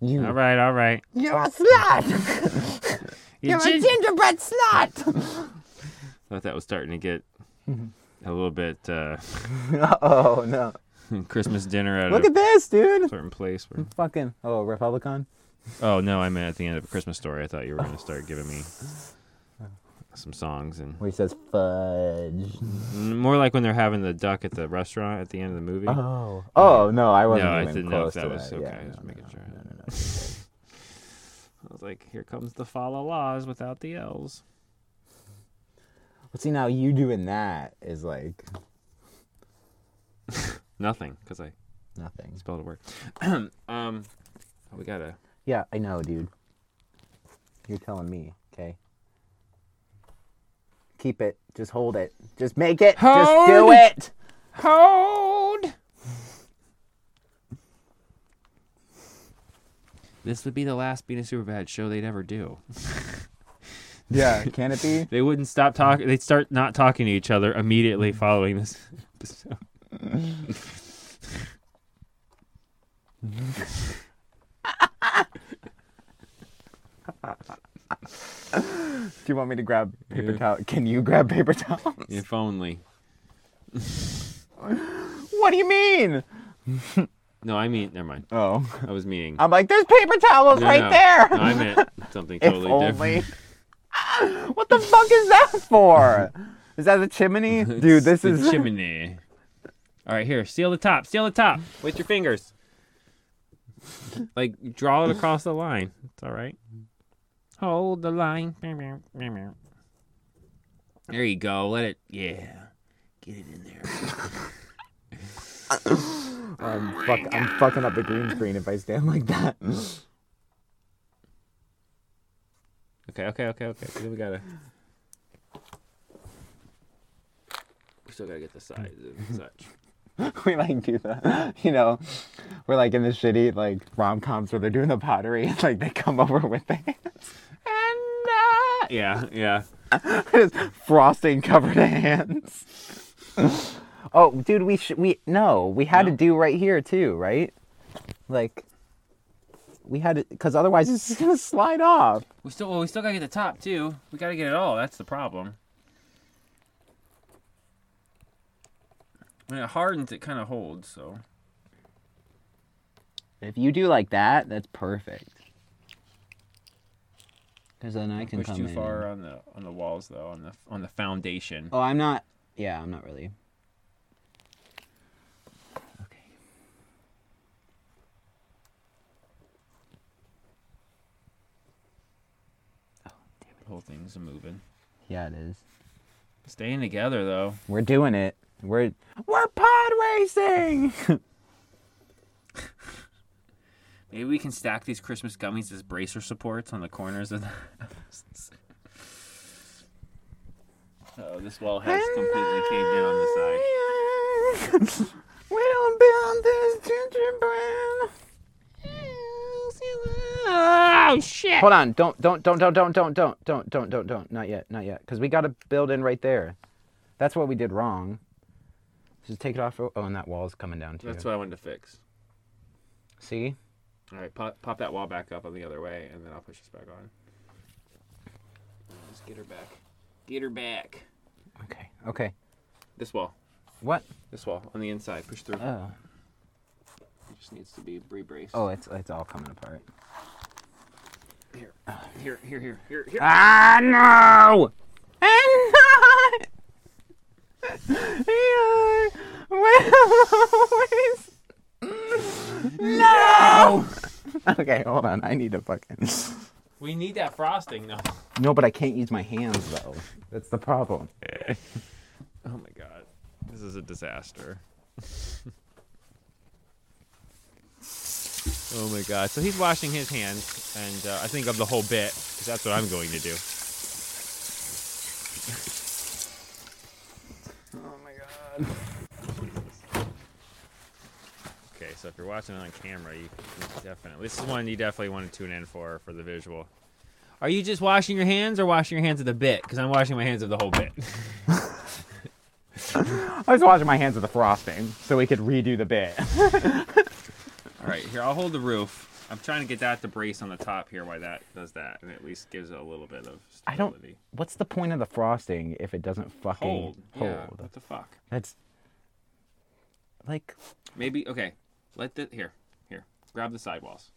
S5: you
S4: All right, all right.
S5: you're a slut!
S4: Your gin-
S5: gingerbread slut!
S4: [laughs]
S5: Mm-hmm.
S4: thought that was starting to get a little bit uh, [laughs]
S5: oh no.
S4: Christmas dinner at
S5: Look
S4: a
S5: at this, dude!
S4: certain place. Where...
S5: Fucking. Oh, Republican?
S4: Oh no, I meant at the end of a Christmas story. I thought you were gonna start giving me some songs and
S5: Where he says fudge.
S4: more like when they're having the duck at the restaurant at the end of the movie.
S5: Oh. Oh, no, I wasn't
S4: No, I
S5: even
S4: didn't know if
S5: close
S4: that
S5: to
S4: was
S5: that.
S4: okay.
S5: Yeah,
S4: I was
S5: no,
S4: making sure.
S5: no, no, no.
S4: I was like, here comes the fa la la's without the L's.
S5: Well, see, now you doing that is like
S4: Nothing, because I
S5: nothing.
S4: spelled a word. [clears throat] um, we gotta.
S5: Yeah, I know, dude. You're telling me, okay? Keep it. Just hold it. Just make it. Just do
S4: Hold.
S5: it!
S4: Hold! This would be the last Being a Superbad show they'd ever do. [laughs]
S5: Yeah, can it be?
S4: They wouldn't stop talking. They'd start not talking to each other immediately following this [laughs] episode.
S5: Do you want me to grab paper towel? Can you grab paper towel? [laughs]
S4: If only.
S5: What do you mean?
S4: No, I mean, never mind.
S5: Oh,
S4: I was meaning.
S5: I'm like, there's paper towels
S4: No,
S5: right
S4: no.
S5: there.
S4: No, I meant something
S5: [laughs] if
S4: totally different. [laughs]
S5: only. [laughs] what the fuck is that for? Is that
S4: [laughs]
S5: the chimney, dude? This
S4: the
S5: is
S4: chimney. All right, here, seal the top, seal the top with your fingers. like draw it across the line. It's all right. Hold the line. There you go. Let it. Yeah, get it in there.
S5: I'm, [laughs] fuck, I'm fucking up the green screen if I stand like that.
S4: Okay, okay, okay, okay. Then we gotta. We still gotta get the sides and
S5: [laughs]
S4: such.
S5: we like do the, you know, we're like in the shitty like rom coms where they're doing the pottery and like they come [laughs] over with it.
S4: And uh, yeah, yeah.
S5: uh, [laughs] Just frosting covered [laughs] hands. [laughs] oh, dude, we should we no, we had to do right here too, right? Like we had to because otherwise [laughs] it's just gonna slide off.
S4: We still, well, we still gotta get the top too. We gotta get it all. That's the problem. When it hardens, it kind of holds. So
S5: If you do like that, that's perfect. Because then I can
S4: push
S5: come
S4: too
S5: in
S4: far uh,
S5: and-
S4: on the on the walls though, on the on the foundation.
S5: Oh, I'm not. Yeah, I'm not really. Okay.
S4: The whole thing's moving.
S5: Yeah, it is.
S4: Staying together though.
S5: We're doing it. We're we're pod
S4: [laughs]
S5: racing.
S4: Maybe we can stack these Christmas gummies as bracer supports on the corners of the. [laughs] Oh, this wall has completely caved in on the side.
S5: [laughs] we don't build this gingerbread.
S3: Oh shit!
S5: Hold on! Don't don't don't don't don't don't don't don't don't don't don't not yet not yet because we got to build in right there. That's what we did wrong. Just take it off. Oh, and that wall's coming down too.
S4: That's what I wanted to fix.
S5: See?
S4: All right, pop, pop that wall back up on the other way, and then I'll push this back on. Just get her back. Get her back.
S5: Okay. Okay.
S4: This wall.
S5: What?
S4: This wall on the inside. Push through.
S5: Oh.
S4: it Uh. just needs to be rebraced.
S5: Oh, it's it's all coming apart.
S4: Here, here, here, here, here, here.
S5: Ah no! And not. No. Okay, hold on. I need to fucking.
S4: We need that frosting, though.
S5: No, but I can't use my hands though. That's the problem.
S4: Oh my god, this is a disaster. [laughs] oh my god. So he's washing his hands, and uh, I think of the whole bit because that's what I'm going to do.
S5: Oh my god.
S4: Okay, so if you're watching it on camera, you can definitely this is one you definitely want to tune in for for the visual. Are you just washing your hands or washing your hands of the bit? Because I'm washing my hands of the whole bit. [laughs]
S5: I was washing my hands with the frosting so we could redo the bit.
S4: All right, here I'll hold the roof. I'm trying to get that to brace on the top here. Why that does that, and at least gives it a little bit of stability.
S5: I don't. What's the point of the frosting if it doesn't fucking
S4: hold. Yeah,
S5: hold?
S4: what the fuck?
S5: That's like
S4: Maybe okay. Let the here, here. Grab the sidewalls.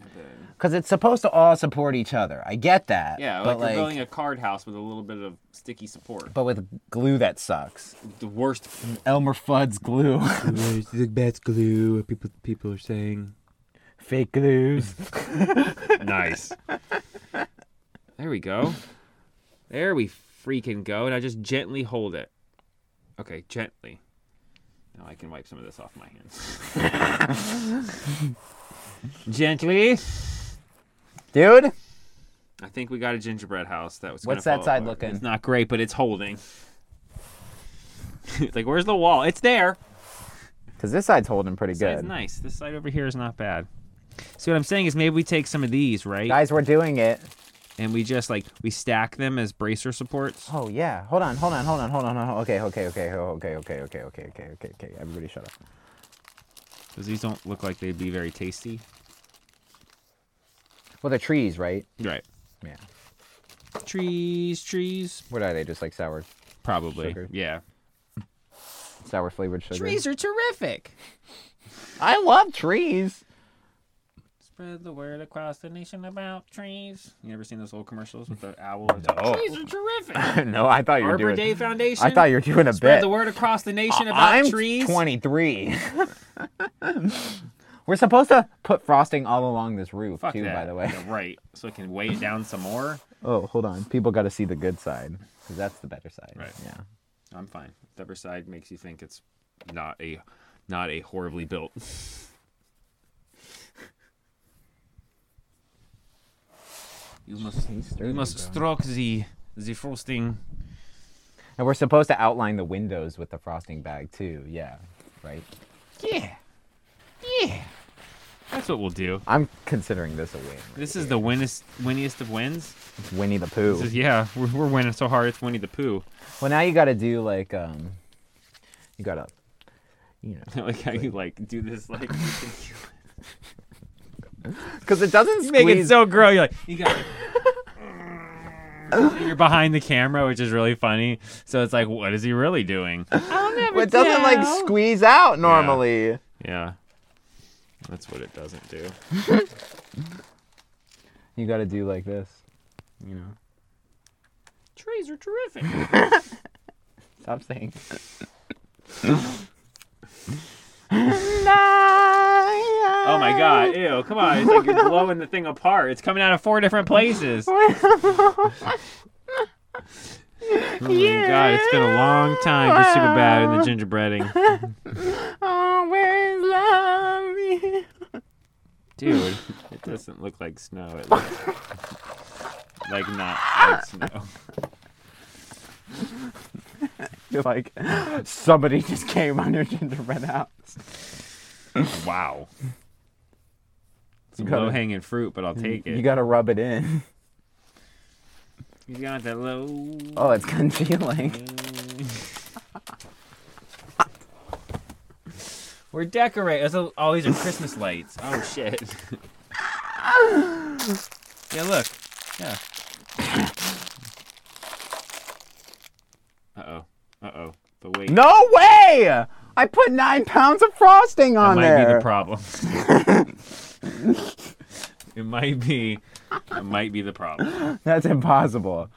S4: And then-
S5: because it's supposed to all support each other. I get that.
S4: yeah, like,
S5: but
S4: you're
S5: like,
S4: building a card house with a little bit of sticky support.
S5: but with glue that sucks.
S4: The worst
S5: Elmer Fudd's glue, [laughs]
S1: There's the best glue. People, people are saying.
S5: fake glues.
S4: nice. [laughs] There we go. There we freaking go. And I just gently hold it. Okay, gently. Now I can wipe some of this off my hands. [laughs] gently.
S5: Dude,
S4: I think we got a gingerbread house that was.
S5: What's
S4: gonna fall
S5: that side
S4: apart.
S5: looking?
S4: It's not great, but it's holding. [laughs] It's like, where's the wall? It's there.
S5: because this side's holding pretty
S4: This
S5: good.
S4: side's nice. This side over here is not bad. See what I'm saying is maybe we take some of these, right?
S5: Guys, we're doing it.
S4: And we just like we stack them as bracer supports.
S5: Oh yeah. Hold on. Hold on. Hold on. Hold on. Hold on. Okay. Okay. Okay. Okay. Okay. Okay. Okay. Okay. Okay. Okay. Everybody, shut up.
S4: Because these don't look like they'd be very tasty.
S5: Well, they're trees, right?
S4: Right.
S5: Yeah.
S4: Trees, trees.
S5: What are they? Just like sour,
S4: Probably.
S5: Sugar.
S4: Yeah.
S5: sour flavored sugar.
S4: are terrific.
S5: I love trees. [laughs]
S4: Spread the word across the nation about trees. You never seen those old commercials with the owl? and the- Trees are terrific.
S5: no, I thought you were
S4: Arbor
S5: doing.
S4: Day Foundation.
S5: I thought you were doing a
S4: Spread
S5: bit.
S4: the word across the nation about
S5: I'm
S4: trees.
S5: 23. [laughs] we're supposed to put frosting all along this roof
S4: Fuck
S5: too,
S4: that.
S5: by the way.
S4: Yeah, right. So it can weigh it down some more.
S5: Oh, hold on. People got to see the good side because that's the better side.
S4: Right.
S5: Yeah.
S4: I'm fine. The other side makes you think it's not a not a horribly built. you must you must stroke the the frosting.
S5: And we're supposed to outline the windows with the frosting bag too. Yeah. Right.
S4: Yeah. Yeah. That's what we'll do.
S5: I'm considering this a win.
S4: This is the winnest winniest of wins.
S5: It's Winnie the Pooh.
S4: This is, yeah, we're, we're winning so hard it's Winnie the Pooh. [laughs]
S5: Well, now you got to do like um, you got to, you know,
S4: like how you like do this like you think [laughs] you-
S5: because it doesn't squeeze.
S4: make it so gross. You're like, you got. [laughs] You're behind the camera, which is really funny. So it's like, what is he really doing?
S5: [laughs] it doesn't like squeeze out normally.
S4: Yeah, that's what it doesn't do.
S5: You got to do like this. You know.
S4: Trees are terrific. [laughs]
S5: Stop saying. [laughs]
S4: Oh my god! Ew! Come on! It's like you're blowing the thing apart. It's coming out of four different places. oh [laughs] Oh my god! It's been a long time for super bad and the gingerbreading,
S5: Always love me.
S4: dude. It doesn't look like snow. It looks like not like snow.
S5: You're [laughs] like somebody just came on your gingerbread house.
S4: Wow. It's
S5: gotta-
S4: low hanging fruit, but I'll take it.
S5: You gotta rub it in. [laughs]
S4: You got that low.
S5: Oh, it's congealing.
S4: [laughs] We're decorating. Oh, oh, these are Christmas lights. Oh [laughs] shit. yeah, look. Yeah. Uh oh. Uh oh. But wait.
S5: No way! I put nine pounds of frosting
S4: That
S5: on
S4: might be
S5: there.
S4: the [laughs] problem. it might be. It might be the problem.
S5: That's impossible.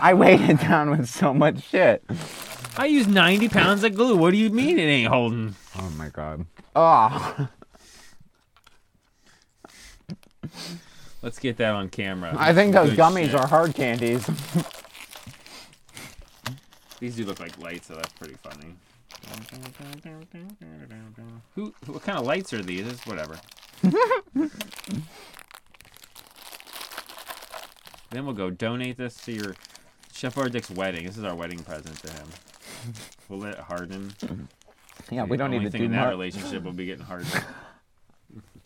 S5: I weighed it down with so much shit.
S4: I use 90 pounds of glue. What do you mean it ain't holding?
S5: Oh my god. Oh,
S4: Let's get that on camera.
S5: I think those
S4: Good
S5: gummies
S4: shit.
S5: are hard candies.
S4: These do look like lights, so that's pretty funny. Who? What kind of lights are these? It's
S5: [laughs]
S4: whatever. then we'll go donate this to your Chef Dick's wedding. This is our wedding present to him. We'll let it harden.
S5: Yeah, we don't
S4: the only
S5: need to
S4: thing
S5: do
S4: in that
S5: more.
S4: relationship will be getting harder.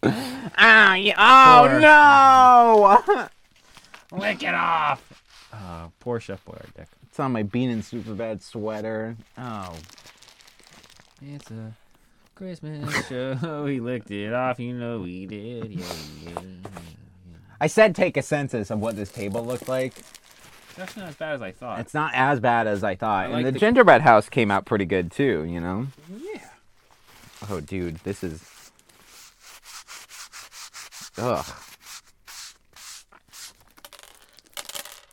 S5: Ah, yeah. Oh no! [laughs]
S4: Lick it off.
S5: Ah,
S4: Oh, poor Chef Dick.
S5: it's on my bean and super bad sweater. Oh,
S4: It's a Christmas show. [laughs] he licked it off. You know he did. Yeah, yeah.
S5: I said take a census of what this table looked like.
S4: That's not as bad as I thought.
S5: It's not as bad as I thought.
S4: like
S5: and the,
S4: the-
S5: gingerbread house came out pretty good too, you know?
S4: yeah.
S5: Oh, dude, this is. Ugh.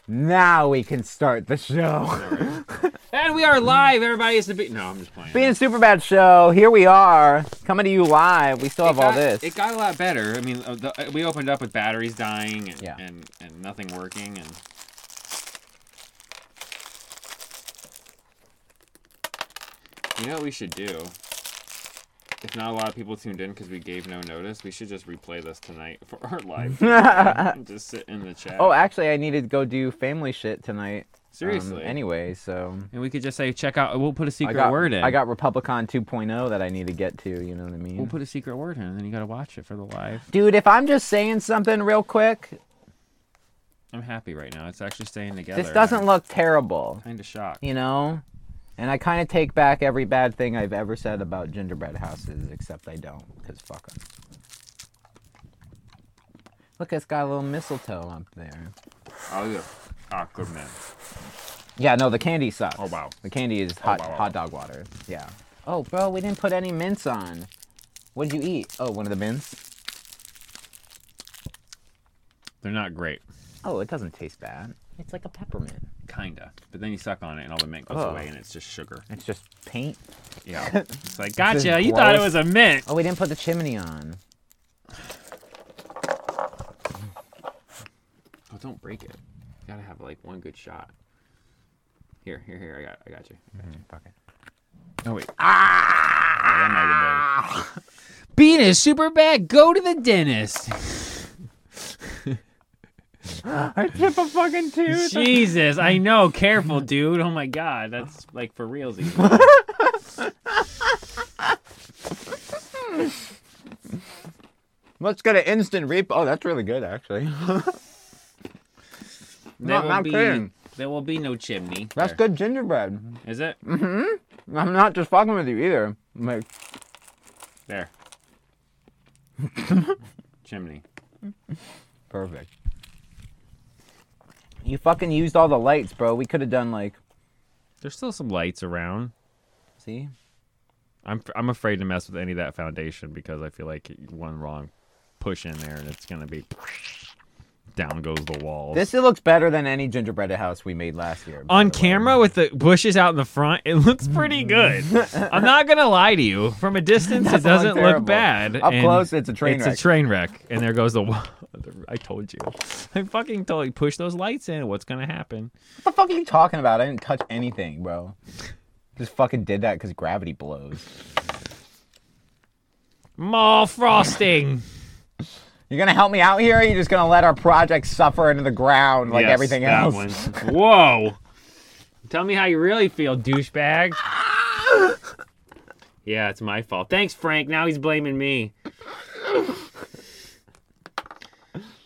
S5: Now we can start
S4: [laughs]
S5: the show.
S4: And we are live. Everybody is the beat. No, I'm just playing.
S5: Being a super bad show, here we are coming to you live. We still
S4: It
S5: have all
S4: got-
S5: this. [laughs]
S4: It got a lot better. I mean, uh, the, uh, we opened up with batteries dying and,
S5: Yeah.
S4: and, and nothing working. And you know what we should do? If not a lot of people tuned in because we gave no notice, we should just replay this tonight for our live. feed. just sit in the chat.
S5: Uh, oh, actually, I needed to go do family shit tonight. um,
S4: seriously.
S5: anyway, so
S4: And we could just say, check out. We'll put a
S5: I
S4: secret
S5: got
S4: word in.
S5: I got Republicon 2.0 that I need to get to. You know what I mean?
S4: We'll put a secret word in, and then you gotta watch it for the live.
S5: Dude, if I'm just saying something real quick,
S4: I'm happy right now. It's actually staying together.
S5: this doesn't
S4: I'm
S5: look terrible.
S4: kind of shocked.
S5: you know? And I kind of take back every bad thing I've ever said about gingerbread houses, except I don't, because fuck 'em. Look, it's got a little mistletoe up there.
S4: Oh yeah. Ah, good man.
S5: Yeah, no, the candy sucks.
S4: Oh, wow.
S5: The candy is hot,
S4: wow, wow.
S5: hot dog water. Yeah. Oh, bro, we didn't put any mints on. What did you eat? Oh, one of the mints?
S4: They're not great,
S5: Oh, it doesn't taste bad. It's like a peppermint.
S4: kinda. But then you suck on it, and all the mint goes
S5: Ugh.
S4: away, and it's just sugar.
S5: It's just paint. [laughs]
S4: Yeah. it's like, gotcha.
S5: is
S4: You thought it
S5: gross.
S4: was a mint.
S5: Oh, we didn't put the chimney on.
S4: Oh, don't break it. You gotta have like one good shot. Here, here, here. I got, I got you.
S5: Fuck it.
S4: Oh wait. Ah! [laughs] Bean is super bad. Go to the dentist.
S5: I tip a fucking
S4: [laughs]
S5: tooth.
S4: Jesus, I know. Careful, dude. Oh my god, that's like for reals.
S5: [laughs]
S4: [laughs]
S5: Let's get an instant reap. Oh, that's really good, actually. [laughs]
S4: There
S5: Not-
S4: will
S5: not
S4: be,
S5: kidding.
S4: There will be no chimney.
S5: That's
S4: There.
S5: good gingerbread.
S4: Is it?
S5: I'm not just fucking with you either. I'm like,
S4: [laughs] There. chimney.
S5: perfect. You fucking used all the lights, bro. We could have done like,
S4: There's still some lights around.
S5: see?
S4: I'm I'm afraid to mess with any of that foundation because I feel like one wrong push in there and it's gonna be down goes the walls.
S5: This it looks better than any gingerbread house we made last year. by
S4: on
S5: the way.
S4: camera with the bushes out in the front, it looks pretty good.
S5: [laughs]
S4: I'm not gonna lie to you. From a distance, it
S5: Doesn't look
S4: doesn't look
S5: terrible.
S4: bad.
S5: Up
S4: and
S5: close, it's a train
S4: it's
S5: wreck.
S4: a train wreck, and there goes the. wa- [laughs] I told you. I fucking told you. Push those lights in. What's gonna happen?
S5: what the fuck are you talking about? I didn't touch anything, bro. Just fucking did that because gravity blows.
S4: More frosting.
S5: You're gonna help me out here? Or you're just gonna let our project suffer into the ground like
S4: Yes,
S5: everything
S4: that
S5: else?
S4: one.
S5: [laughs]
S4: Whoa. Tell me how you really feel, douchebag. yeah, it's my fault. Thanks, Frank. Now he's blaming me.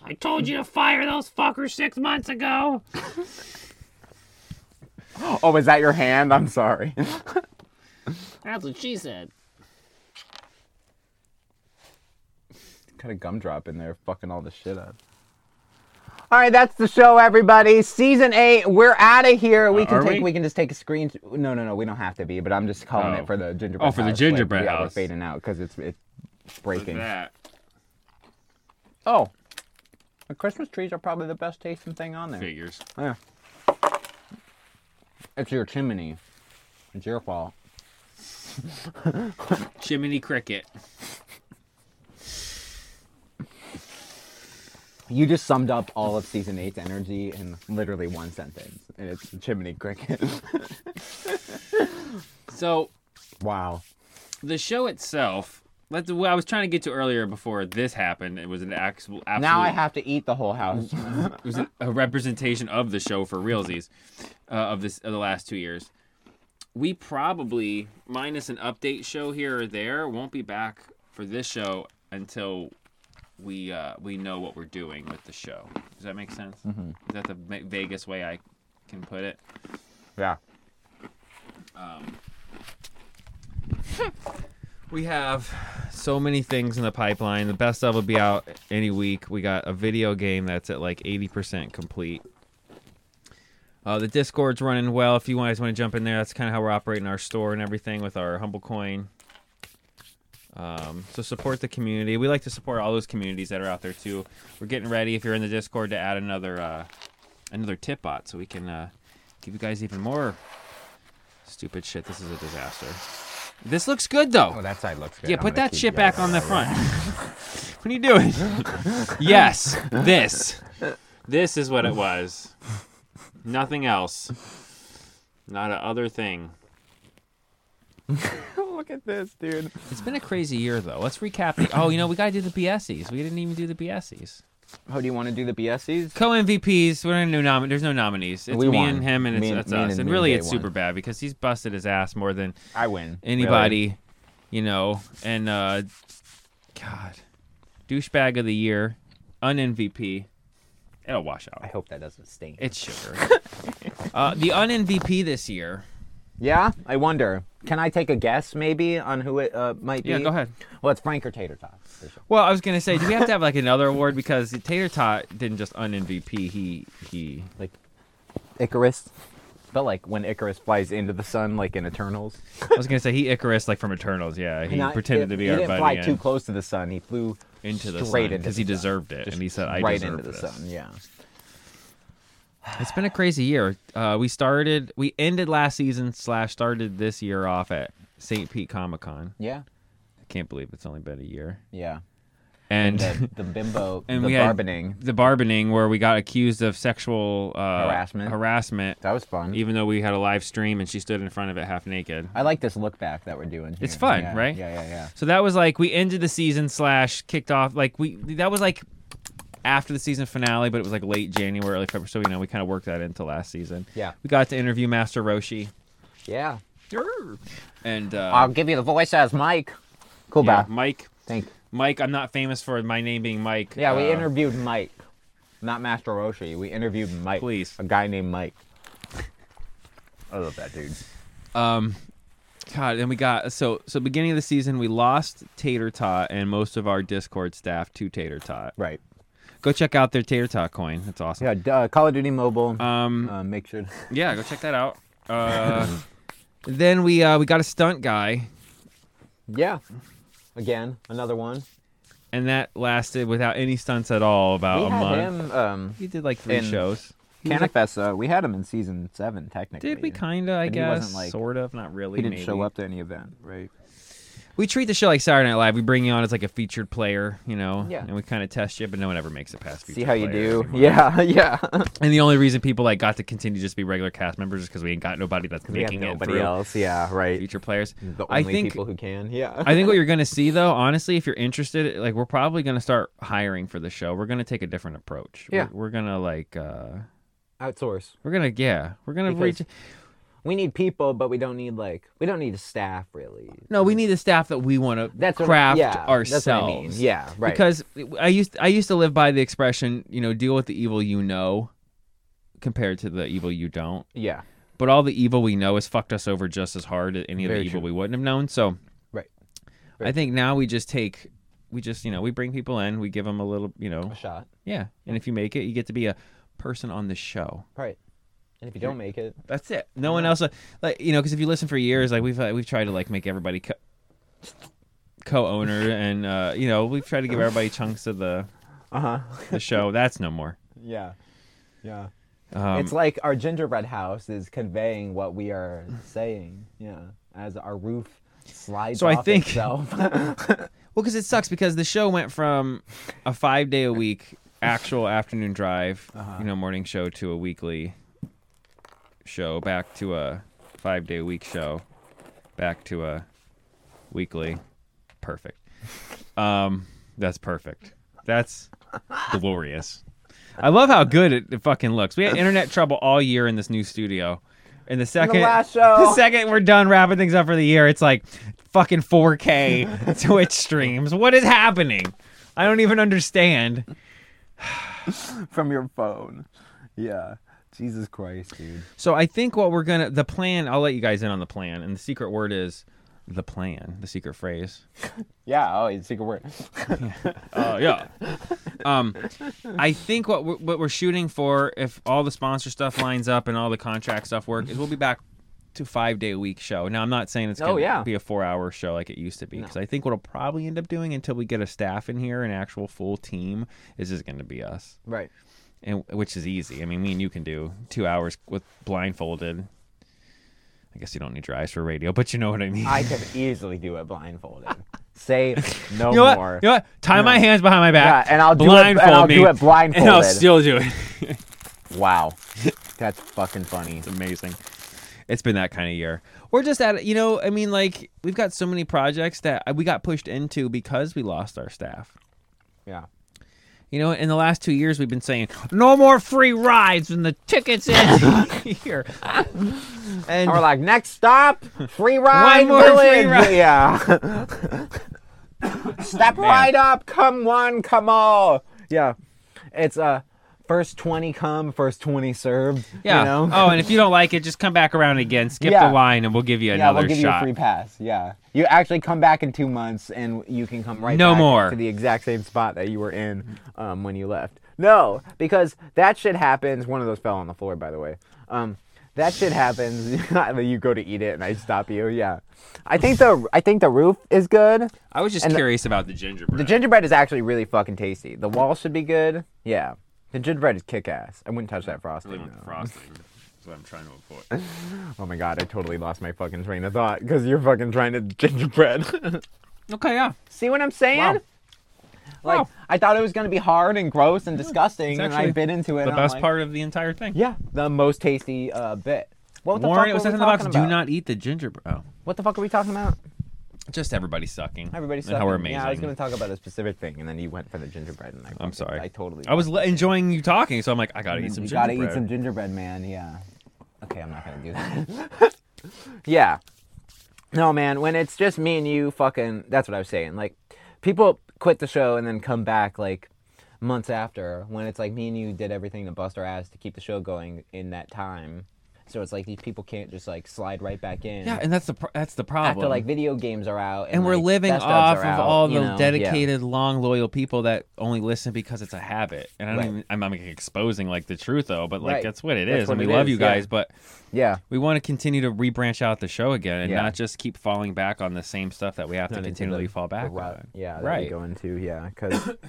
S4: I told you to fire those fuckers six months ago.
S5: Oh, is that your hand? I'm sorry.
S4: That's what she said.
S5: Got a gumdrop in there, fucking all the shit up. All right, that's the show, everybody. Season eight, we're out of here. We can
S4: are
S5: take,
S4: we?
S5: we? can just take a screen. No, no, no, we don't have to be. But I'm just calling
S4: Oh.
S5: it for the gingerbread.
S4: Oh, for the
S5: house. Like,
S4: gingerbread
S5: yeah,
S4: house.
S5: We're fading out because it's it's breaking.
S4: That.
S5: Oh, the Christmas trees are probably the best tasting thing on there.
S4: Figures.
S5: Yeah. It's your chimney. It's your fault.
S4: Chimney cricket.
S5: You just summed up all of season eight's energy in literally one sentence, and it's the chimney cricket. [laughs]
S4: So
S5: wow.
S4: the show itself. That's what I was trying to get to earlier before this happened. It was an actual. Absolute,
S5: Now I have to eat the whole house.
S4: It was a- a representation of the show for realsies, uh, of this of the last two years. We probably, minus an update show here or there, won't be back for this show until we uh, we know what we're doing with the show. Does that make sense? Mm-hmm. Is that the ma- vaguest way I can put it?
S5: [laughs] yeah.
S4: We have so many things in the pipeline. The best of will be out any week. We got a video game that's at like 80% complete. Uh, the Discord's running well. If you guys want to jump in there, that's kind of how we're operating our store and everything with our humble coin. Um, so support the community. We like to support all those communities that are out there too. We're getting ready. If you're in the Discord, to add another uh, another tip bot so we can uh, give you guys even more stupid shit. This is a disaster. This looks good though.
S5: Oh, that side looks good.
S4: Yeah,
S5: I'm
S4: put
S5: gonna
S4: that
S5: keep
S4: shit
S5: going.
S4: back on the front. [laughs] what are you doing? [laughs] yes, this. This is what it was. Nothing else. Not a other thing. [laughs]
S5: Look at this, dude.
S4: It's been a crazy year though. Let's recap. The- oh, you know we gotta do the BSEs. We didn't even do the BSEs.
S5: Oh, do you want to do the BSCs?
S4: Co MVPs. We're in a new nom- There's no nominees. It's
S5: We
S4: me
S5: won.
S4: and him, and it's,
S5: Me and-
S4: it's
S5: me and-
S4: us. And,
S5: me and
S4: really,
S5: Jay
S4: it's
S5: won.
S4: super bad because he's busted his ass more than
S5: I win.
S4: anybody, you know, and uh God. Douchebag of the year, un MVP. It'll wash
S5: I
S4: out.
S5: hope that doesn't stink.
S4: It's sugar.
S5: [laughs]
S4: uh the un MVP this year.
S5: Yeah, I wonder. Can I take a guess maybe on who it uh, might be?
S4: Yeah, go ahead.
S5: Well, it's Frank or Tater Tot. for sure.
S4: Well, I was gonna say, do we have to have like another award because Tater Tot didn't just un MVP, he he
S5: Like Icarus. But like when Icarus flies into the sun, like in Eternals.
S4: I was gonna say he Icarus like from Eternals, yeah. He
S5: Not-
S4: pretended
S5: if-
S4: to be
S5: he
S4: our
S5: didn't
S4: buddy
S5: fly
S4: and
S5: too close to the sun. He flew
S4: into the
S5: straight
S4: sun
S5: into
S4: because he
S5: the sun.
S4: deserved it, and he said, "I
S5: right
S4: deserve
S5: into the
S4: this."
S5: sun. Yeah.
S4: It's been a crazy year. Uh, we started, we ended last season slash started this year off at St. Pete Comic Con.
S5: Yeah.
S4: I can't believe it's only been a year.
S5: Yeah.
S4: And
S5: The, the bimbo,
S4: And
S5: the
S4: we had-
S5: barbening.
S4: [laughs] the barbening where we got accused of sexual uh,
S5: Harassment.
S4: harassment,
S5: That was fun.
S4: even though we had a live stream and she stood in front of it half naked.
S5: I like this look back that we're doing.
S4: It's
S5: here.
S4: fun,
S5: Yeah,
S4: right?
S5: Yeah, yeah, yeah.
S4: So that was like we ended the season slash kicked off like we that was like after the season finale, but it was like late January, early February. So you know we kind of worked that into last season.
S5: Yeah.
S4: we got to interview Master Roshi,
S5: Yeah.
S4: and uh,
S5: I'll give you the voice as Mike. Cool,
S4: yeah,
S5: yeah.
S4: Mike
S5: Thank.
S4: Mike, I'm not famous for my name being Mike.
S5: Yeah, we
S4: Uh,
S5: interviewed Mike, not Master Roshi. We interviewed Mike.
S4: Please.
S5: a guy named Mike. [laughs] I love that dude.
S4: Um, God, and we got so so. Beginning of the season, we lost Tater Tot and most of our Discord staff to Tater Tot.
S5: Right.
S4: Go check out their Tater Tot coin. That's awesome.
S5: Yeah. d- Uh, Call of Duty Mobile.
S4: Um.
S5: uh, make sure.
S4: Yeah. Go check that out. Uh, [laughs] then we uh, we got a stunt guy,
S5: [laughs] Yeah. Again, another one.
S4: and that lasted without any stunts at all about
S5: we
S4: Uh, a
S5: had
S4: month.
S5: him. Um,
S4: He did like three
S5: in-
S4: shows. He was, like,
S5: Canifest, uh, we had him in season seven, technically.
S4: did we kinda? I
S5: But he wasn't,
S4: guess
S5: like-
S4: sort of. Not really.
S5: He didn't show
S4: maybe.
S5: up to any event, right?
S4: We treat the show like Saturday Night Live. We bring you on as like a featured player, you know,
S5: Yeah.
S4: and we kind of test you, but no one ever makes it past.
S5: See
S4: featured
S5: how you
S4: player
S5: do.
S4: anymore.
S5: [laughs] Yeah, yeah.
S4: And the only reason people like got to continue to just be regular cast members is because we ain't got nobody that's
S5: we have
S4: making it
S5: nobody
S4: through
S5: else. Yeah, right.
S4: future players.
S5: The
S4: I
S5: only
S4: think
S5: people who can. Yeah.
S4: [laughs] I think what you're gonna see though, honestly, if you're interested, like we're probably gonna start hiring for the show. We're gonna take a different approach.
S5: Yeah.
S4: we're, we're gonna like uh
S5: [laughs] outsource.
S4: we're gonna yeah we're gonna
S5: Because-
S4: reach.
S5: We need people, but we don't need like we don't need a staff really.
S4: No, we need the staff that we want to
S5: That's what I-
S4: craft
S5: yeah, that's what I mean.
S4: ourselves.
S5: Yeah, right.
S4: Because I used I used to live by the expression, you know, deal with the evil you know, compared to the evil you don't.
S5: Yeah.
S4: but all the evil we know has fucked us over just as hard as any of
S5: Very
S4: the evil
S5: true.
S4: we wouldn't have known. So
S5: Right.
S4: I think now we just take we just you know we bring people in, we give them a little you know
S5: A shot.
S4: yeah, and if you make it, you get to be a person on the show.
S5: Right. And if you don't make it,
S4: That's it. No one else, uh, like you know, because if you listen for years, like we've uh, we've tried to like make everybody co- co-owner, and uh, you know we've tried to give everybody chunks of the
S5: uh huh.
S4: the show. That's no more.
S5: yeah. Yeah.
S4: Um,
S5: it's like our gingerbread house is conveying what we are saying. Yeah. As our roof slides
S4: So I
S5: off
S4: think-
S5: itself. [laughs]
S4: Well, because it sucks because the show went from a five day a week actual afternoon drive, you know, morning show to a weekly show, back to a five day a week show, back to a weekly. Perfect. Um, that's perfect. That's glorious. I love how good it, it fucking looks. We had internet trouble all year in this new studio. And the second
S5: last show.
S4: the second we're done wrapping things up for the year, it's like fucking 4K Twitch streams. What is happening? I don't even understand.
S5: From your phone. Yeah. Jesus Christ, dude.
S4: So I think what we're gonna the plan. I'll let you guys in on the plan, and the secret word is the plan. The secret phrase.
S5: Yeah. Oh, it's secret word.
S4: Uh, yeah. um, I think what we're, what we're shooting for, if all the sponsor stuff lines up and all the contract stuff work, is we'll be back to five day a week show. Now I'm not saying it's
S5: Oh,
S4: gonna
S5: yeah.
S4: be a four hour show like it used to be, because I think what we'll probably end up doing until we get a staff in here, an actual full team, is just gonna be us.
S5: right.
S4: and which is easy. I mean, me and you can do two hours with blindfolded. I guess you don't need your eyes for radio, but you know what I mean.
S5: I could easily do it blindfolded. Say
S4: [laughs]
S5: no
S4: you know
S5: more.
S4: what? You know what? Tie my hands behind my back.
S5: Yeah, and I'll do it- and
S4: blindfold
S5: I'll
S4: me,
S5: do it blindfolded.
S4: [laughs] and I'll still do it. [laughs]
S5: Wow. That's fucking funny.
S4: It's amazing. It's been that kind of year. We're just at you know, I mean, like we've got so many projects that we got pushed into because we lost our staff.
S5: Yeah.
S4: You know, in the last two years, we've been saying no more free rides when the tickets end [laughs] here. And
S5: And we're like, next stop, free ride
S4: more free
S5: village.
S4: ride. [laughs]
S5: Yeah. Step right up, come one, come all. Yeah. It's uh first twenty come, first twenty served.
S4: Yeah.
S5: You know?
S4: Oh, and if you don't like it, just come back around again. Skip
S5: Yeah.
S4: the line, and we'll give you
S5: yeah,
S4: another
S5: we'll give
S4: shot.
S5: you a free pass. Yeah. You actually come back in two months and you can come right
S4: No
S5: back
S4: more.
S5: to the exact same spot that you were in um, when you left. No, because that shit happens. One of those fell on the floor, by the way. Um, that shit happens. [laughs] you go to eat it and I stop you. Yeah. I think the I think the roof is good.
S4: I was just
S5: And the-
S4: curious about the gingerbread.
S5: The gingerbread is actually really fucking tasty. The wall should be good. Yeah. The gingerbread is kick ass. I wouldn't touch that frosting. though.
S4: frosting. That's what I'm trying to avoid.
S5: oh my god, I totally lost my fucking train of thought because you're fucking trying to [laughs] gingerbread. [laughs]
S4: Okay, yeah.
S5: See what I'm saying?
S4: Wow.
S5: Like
S4: Wow.
S5: I thought it was gonna be hard and gross and disgusting,
S4: It's
S5: and I
S4: actually
S5: bit into it.
S4: The
S5: and I'm
S4: best
S5: like,
S4: part of the entire thing.
S5: Yeah, the most tasty uh, bit. What the
S4: Warren, it
S5: fuck
S4: was
S5: were
S4: in
S5: we
S4: the box.
S5: talking
S4: Do
S5: about?
S4: not eat the gingerbread. Oh,
S5: What the fuck are we talking about?
S4: just everybody sucking.
S5: Everybody's
S4: and how we're amazing.
S5: Yeah, I was gonna talk about a specific thing, and then you went for the gingerbread, and I. fucking-
S4: sorry.
S5: I totally.
S4: I was le- enjoying you talking, so I'm like, I gotta
S5: Mm-hmm. You
S4: eat some
S5: gotta
S4: gingerbread.
S5: eat some gingerbread, man. Yeah. Okay, I'm not gonna do that. [laughs] yeah. No, man. When it's just me and you, fucking. That's what I was saying. Like, people quit the show and then come back like months after. When it's like me and you did everything to bust our ass to keep the show going in that time. So it's like these people can't just like slide right back in.
S4: yeah, and that's the pr- that's the problem.
S5: After like video games are out, and,
S4: and we're
S5: like,
S4: living
S5: best ofs
S4: off
S5: are
S4: of
S5: out,
S4: all
S5: you
S4: the
S5: know? Yeah.
S4: dedicated, long, loyal people that only listen because it's a habit. And I don't
S5: Right.
S4: even, I'm not exposing like the truth though, but like
S5: Right.
S4: that's what it
S5: That's
S4: is. and
S5: what
S4: we
S5: it
S4: love
S5: is,
S4: you
S5: yeah.
S4: guys, but
S5: yeah.
S4: we want to continue to rebranch out the show again and
S5: Yeah.
S4: not just keep falling back on the same stuff that we have to
S5: Not into
S4: continually
S5: the-
S4: fall
S5: The
S4: back
S5: rut,
S4: on.
S5: yeah, that We
S4: Right.
S5: go into yeah, because [coughs]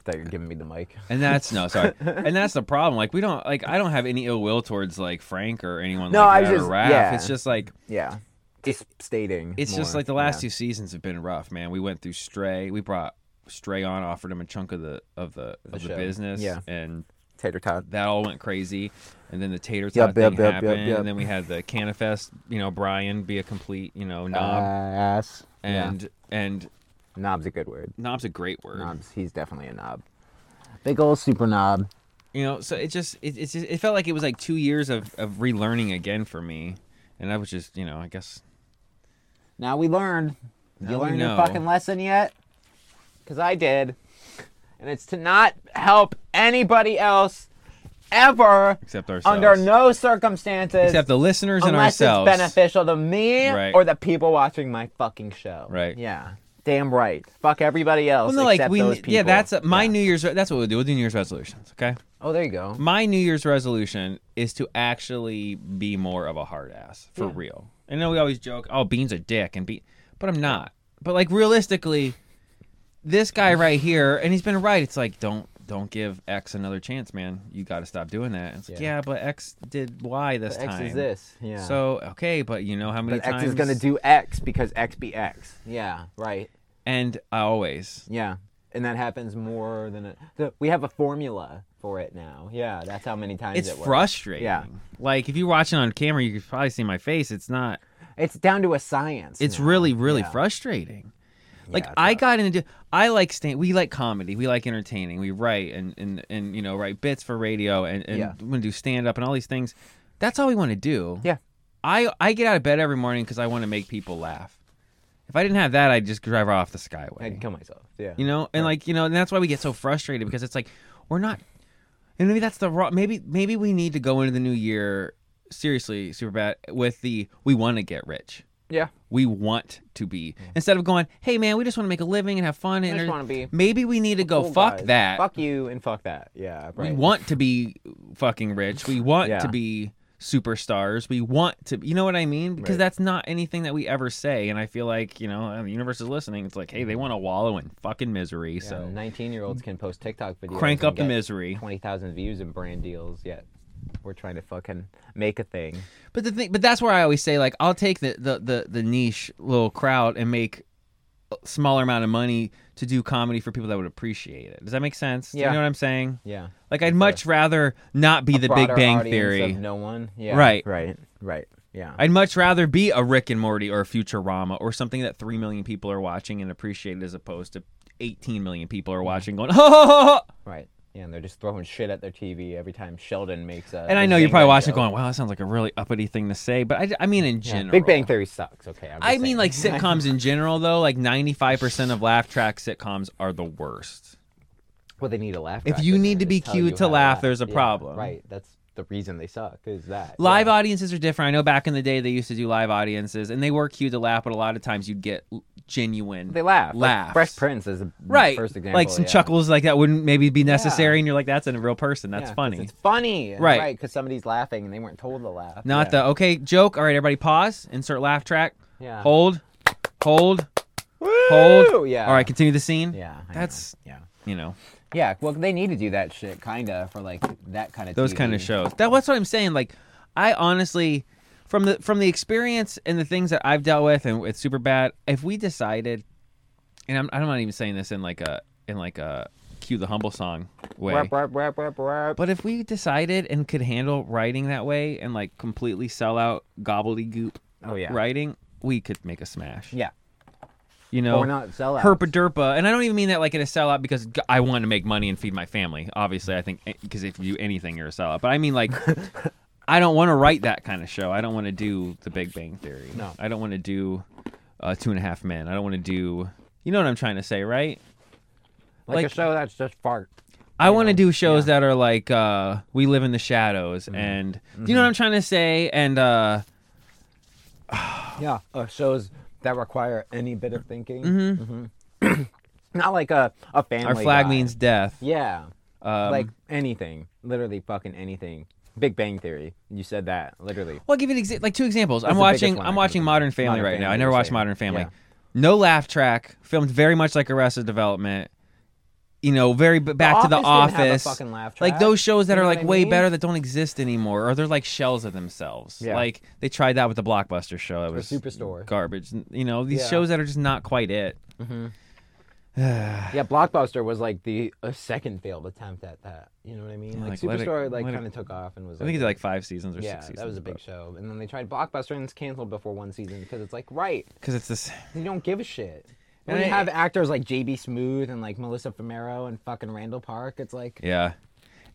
S5: I thought you were giving me the mic.
S4: And that's no,
S5: [laughs]
S4: sorry. and that's the problem. Like we don't like I don't have any ill will towards like Frank or anyone
S5: No, I
S4: like that
S5: just-
S4: or Raph.
S5: yeah.
S4: It's just like
S5: Yeah, just stating.
S4: It's just
S5: more,
S4: like the last
S5: yeah.
S4: two seasons have been rough, man. We went through Stray. We brought Stray on, offered him a chunk of the of the of the,
S5: show.
S4: business,
S5: Yeah.
S4: and
S5: tater tot.
S4: that all went crazy. And then the tater tot
S5: Yep, yep,
S4: thing
S5: yep, yep,
S4: happened,
S5: yep.
S4: and then we had the Canifest, you know, Brian be a complete, you
S5: Uh,
S4: know, knob,
S5: Ass.
S4: and and
S5: yeah. knob's a good word.
S4: knob's a great word.
S5: Knobs. He's definitely a knob. Big old super knob.
S4: You know, so it just it it's just, it felt like it was like two years of of relearning again for me, and I was just you know I guess
S5: Now we learned.
S4: Now
S5: you
S4: we
S5: learned your
S4: know.
S5: fucking lesson yet? Cause I did, and it's to not help anybody else ever
S4: except ourselves,
S5: under no circumstances.
S4: except the listeners and
S5: unless
S4: ourselves.
S5: it's beneficial to me
S4: Right.
S5: or the people watching my fucking show.
S4: Right.
S5: Yeah. Damn right. Fuck everybody else
S4: Well, no, like
S5: except
S4: we,
S5: those people.
S4: yeah, that's uh my New Year's. That's what we'll do. We'll do New Year's resolutions. Okay,
S5: Oh, there you go.
S4: my New Year's resolution is to actually be more of a hard ass for real. I know we always joke, "Oh, Bean's a dick," and Bean, but I'm not. But like realistically, this guy right here, and he's been right. It's like don't don't give X another chance, man. You got to stop doing that. It's like yeah.
S5: Yeah.
S4: but X did Y this
S5: X
S4: time.
S5: is this. Yeah.
S4: So okay, but you know how many
S5: but
S4: times
S5: X is gonna do X because X be X. Yeah. Right.
S4: and I always
S5: Yeah. And that happens more than it. so we have a formula for it now. Yeah. That's how many times
S4: it's
S5: it works.
S4: frustrating.
S5: Yeah.
S4: Like if you're watching on camera, you could probably see my face. It's not.
S5: It's down to a science.
S4: It's
S5: now.
S4: really, really
S5: Yeah.
S4: frustrating. Like
S5: it's
S4: I
S5: rough.
S4: got into. I like staying. We like comedy. We like entertaining. We write and and and you know write bits for radio and and
S5: Yeah.
S4: want to do stand up and all these things. That's all we want to do.
S5: Yeah.
S4: I I get out of bed every morning because I want to make people laugh. If I didn't have that, I'd just drive off the skyway.
S5: I can kill myself. Yeah.
S4: You know, and like you know, and that's why we get so frustrated because it's like we're not. And maybe that's the wrong. Maybe maybe we need to go into the new year seriously, super bad with the we want to get rich.
S5: Yeah.
S4: We want to be
S5: Mm-hmm.
S4: instead of going, hey man, we just want to make a living and have fun. And
S5: just
S4: everything."
S5: wanna be
S4: Maybe we need to go
S5: Cool
S4: fuck
S5: guys.
S4: that.
S5: Fuck you and fuck that. Yeah.
S4: we
S5: right.
S4: want to be fucking rich. We want
S5: Yeah.
S4: to be superstars. We want to. You know what I mean? Because
S5: Right.
S4: that's not anything that we ever say. And I feel like you know the universe is listening. It's like, hey, they want to wallow in fucking misery.
S5: Yeah,
S4: so
S5: 19 year olds can post TikTok videos.
S4: crank
S5: and
S4: up the
S5: get
S4: misery.
S5: 20,000 views and brand deals yet. We're trying to fucking make a thing.
S4: But the thing, but that's where I always say, like, I'll take the the the, the niche little crowd and make a smaller amount of money to do comedy for people that would appreciate it. Does that make sense? Do
S5: Yeah.
S4: you know what I'm saying?
S5: Yeah.
S4: Like, I'd much rather not be the Big
S5: Broader
S4: Bang
S5: audience
S4: Theory.
S5: Of no one. Yeah.
S4: Right.
S5: Right. Right. Yeah.
S4: I'd much rather be a Rick and Morty or a Futurama or something that three million people are watching and appreciate it as opposed to 18 million people are watching going, [laughs] oh,
S5: right. Yeah, and they're just throwing shit at their TV every time Sheldon makes a.
S4: and I
S5: a
S4: know you're
S5: Jenga
S4: probably watching
S5: joke.
S4: it going, wow, that sounds like a really uppity thing to say, but I, I mean in
S5: Yeah,
S4: general.
S5: Big Bang Theory sucks. Okay. I'm just
S4: I mean,
S5: saying.
S4: like sitcoms in general, though, like 95% of laugh track sitcoms are the worst.
S5: [laughs] Well, they need to laugh.
S4: If
S5: track
S4: you
S5: in
S4: need to
S5: there
S4: be
S5: tell
S4: cued
S5: you
S4: to
S5: how
S4: laugh, there's a
S5: Yeah,
S4: problem.
S5: Right. That's the reason they suck. Is that
S4: Live
S5: yeah.
S4: audiences are different. I know back in the day they used to do live audiences and they were cute to laugh, but a lot of times you'd get l- genuine.
S5: They laugh. Like,
S4: Laughs.
S5: Fresh Prince is the
S4: Right.
S5: first example.
S4: like some
S5: yeah.
S4: chuckles like that wouldn't maybe be necessary. And you're like, that's a real person.
S5: Yeah,
S4: That's
S5: 'cause
S4: funny.
S5: It's funny.
S4: Right.
S5: Right. Because somebody's laughing and they weren't told to laugh.
S4: Not
S5: yeah.
S4: the, okay, joke. All right, everybody pause, insert laugh track,
S5: Yeah.
S4: hold, hold,
S5: Woo!
S4: hold.
S5: Yeah.
S4: All right, continue the scene.
S5: Yeah. I
S4: That's,
S5: know. Yeah.
S4: you know.
S5: Yeah. Well, they need to do that shit, kinda, for like that kind of.
S4: those
S5: TV.
S4: kind of shows. That, that's what I'm saying. Like, I honestly, from the from the experience and the things that I've dealt with and with super bad, if we decided, and I'm, I'm not even saying this in like a in like a cue the humble song way,
S5: Rap, rap, rap, rap, rap.
S4: but if we decided and could handle writing that way and like completely sell out gobbledygook
S5: Oh yeah.
S4: writing, we could make a smash.
S5: Yeah.
S4: You know,
S5: Or not sellouts.
S4: herpaderpa. And I don't even mean that like in a sellout because g- I want to make money and feed my family. Obviously, I think because if you do anything, you're a sellout. But I mean
S5: [laughs]
S4: like, I don't want to write that kind of show. I don't want to do The Big Bang Theory.
S5: No.
S4: I don't want to do uh, Two and a Half Men. I don't want to do. You know what I'm trying to say, right?
S5: like,
S4: like-
S5: a show that's just fart.
S4: I want to do shows that are like uh, We Live in the Shadows
S5: Mm-hmm.
S4: and do you know what I'm trying to say? And uh,
S5: Yeah. Uh, shows that require any bit of thinking. Mm-hmm. [clears throat] Not like a a family.
S4: Our Flag
S5: Guy.
S4: Means Death.
S5: Yeah.
S4: Um,
S5: like anything, literally fucking anything. Big Bang Theory. You said that literally.
S4: Well, I'll give you an exa- like two examples. I'm
S5: the biggest
S4: watching
S5: one
S4: I'm
S5: I
S4: watching
S5: can-
S4: Modern Family
S5: Modern
S4: right now.
S5: Family,
S4: I never
S5: you're
S4: watched
S5: saying.
S4: Modern Family.
S5: Yeah.
S4: No laugh track, filmed very much like Arrested Development. You know, very b- back to the
S5: Office didn't have a
S4: office.
S5: fucking laugh
S4: Like
S5: track.
S4: those shows that
S5: You
S4: are
S5: know
S4: like
S5: what I
S4: way
S5: mean?
S4: better that don't exist anymore, or they're like shells of themselves.
S5: Yeah.
S4: Like they tried that with the blockbuster show. It was
S5: Superstore.
S4: garbage. N- You know, these
S5: Yeah.
S4: shows that are just not quite it.
S5: Yeah, Blockbuster was like the a second failed attempt at that. You know what I mean? like,
S4: like, let it-
S5: Superstore like
S4: let it-
S5: kind of took off and was
S4: I
S5: like,
S4: think it did like five seasons or
S5: yeah,
S4: six seasons.
S5: that was a big show. And then they tried Blockbuster and it's canceled before one season because it's like right,
S4: because it's this.
S5: you don't give a shit.
S4: And
S5: When you
S4: I-
S5: have actors like JB Smooth and like Melissa Fumero and fucking Randall Park, it's like
S4: Yeah.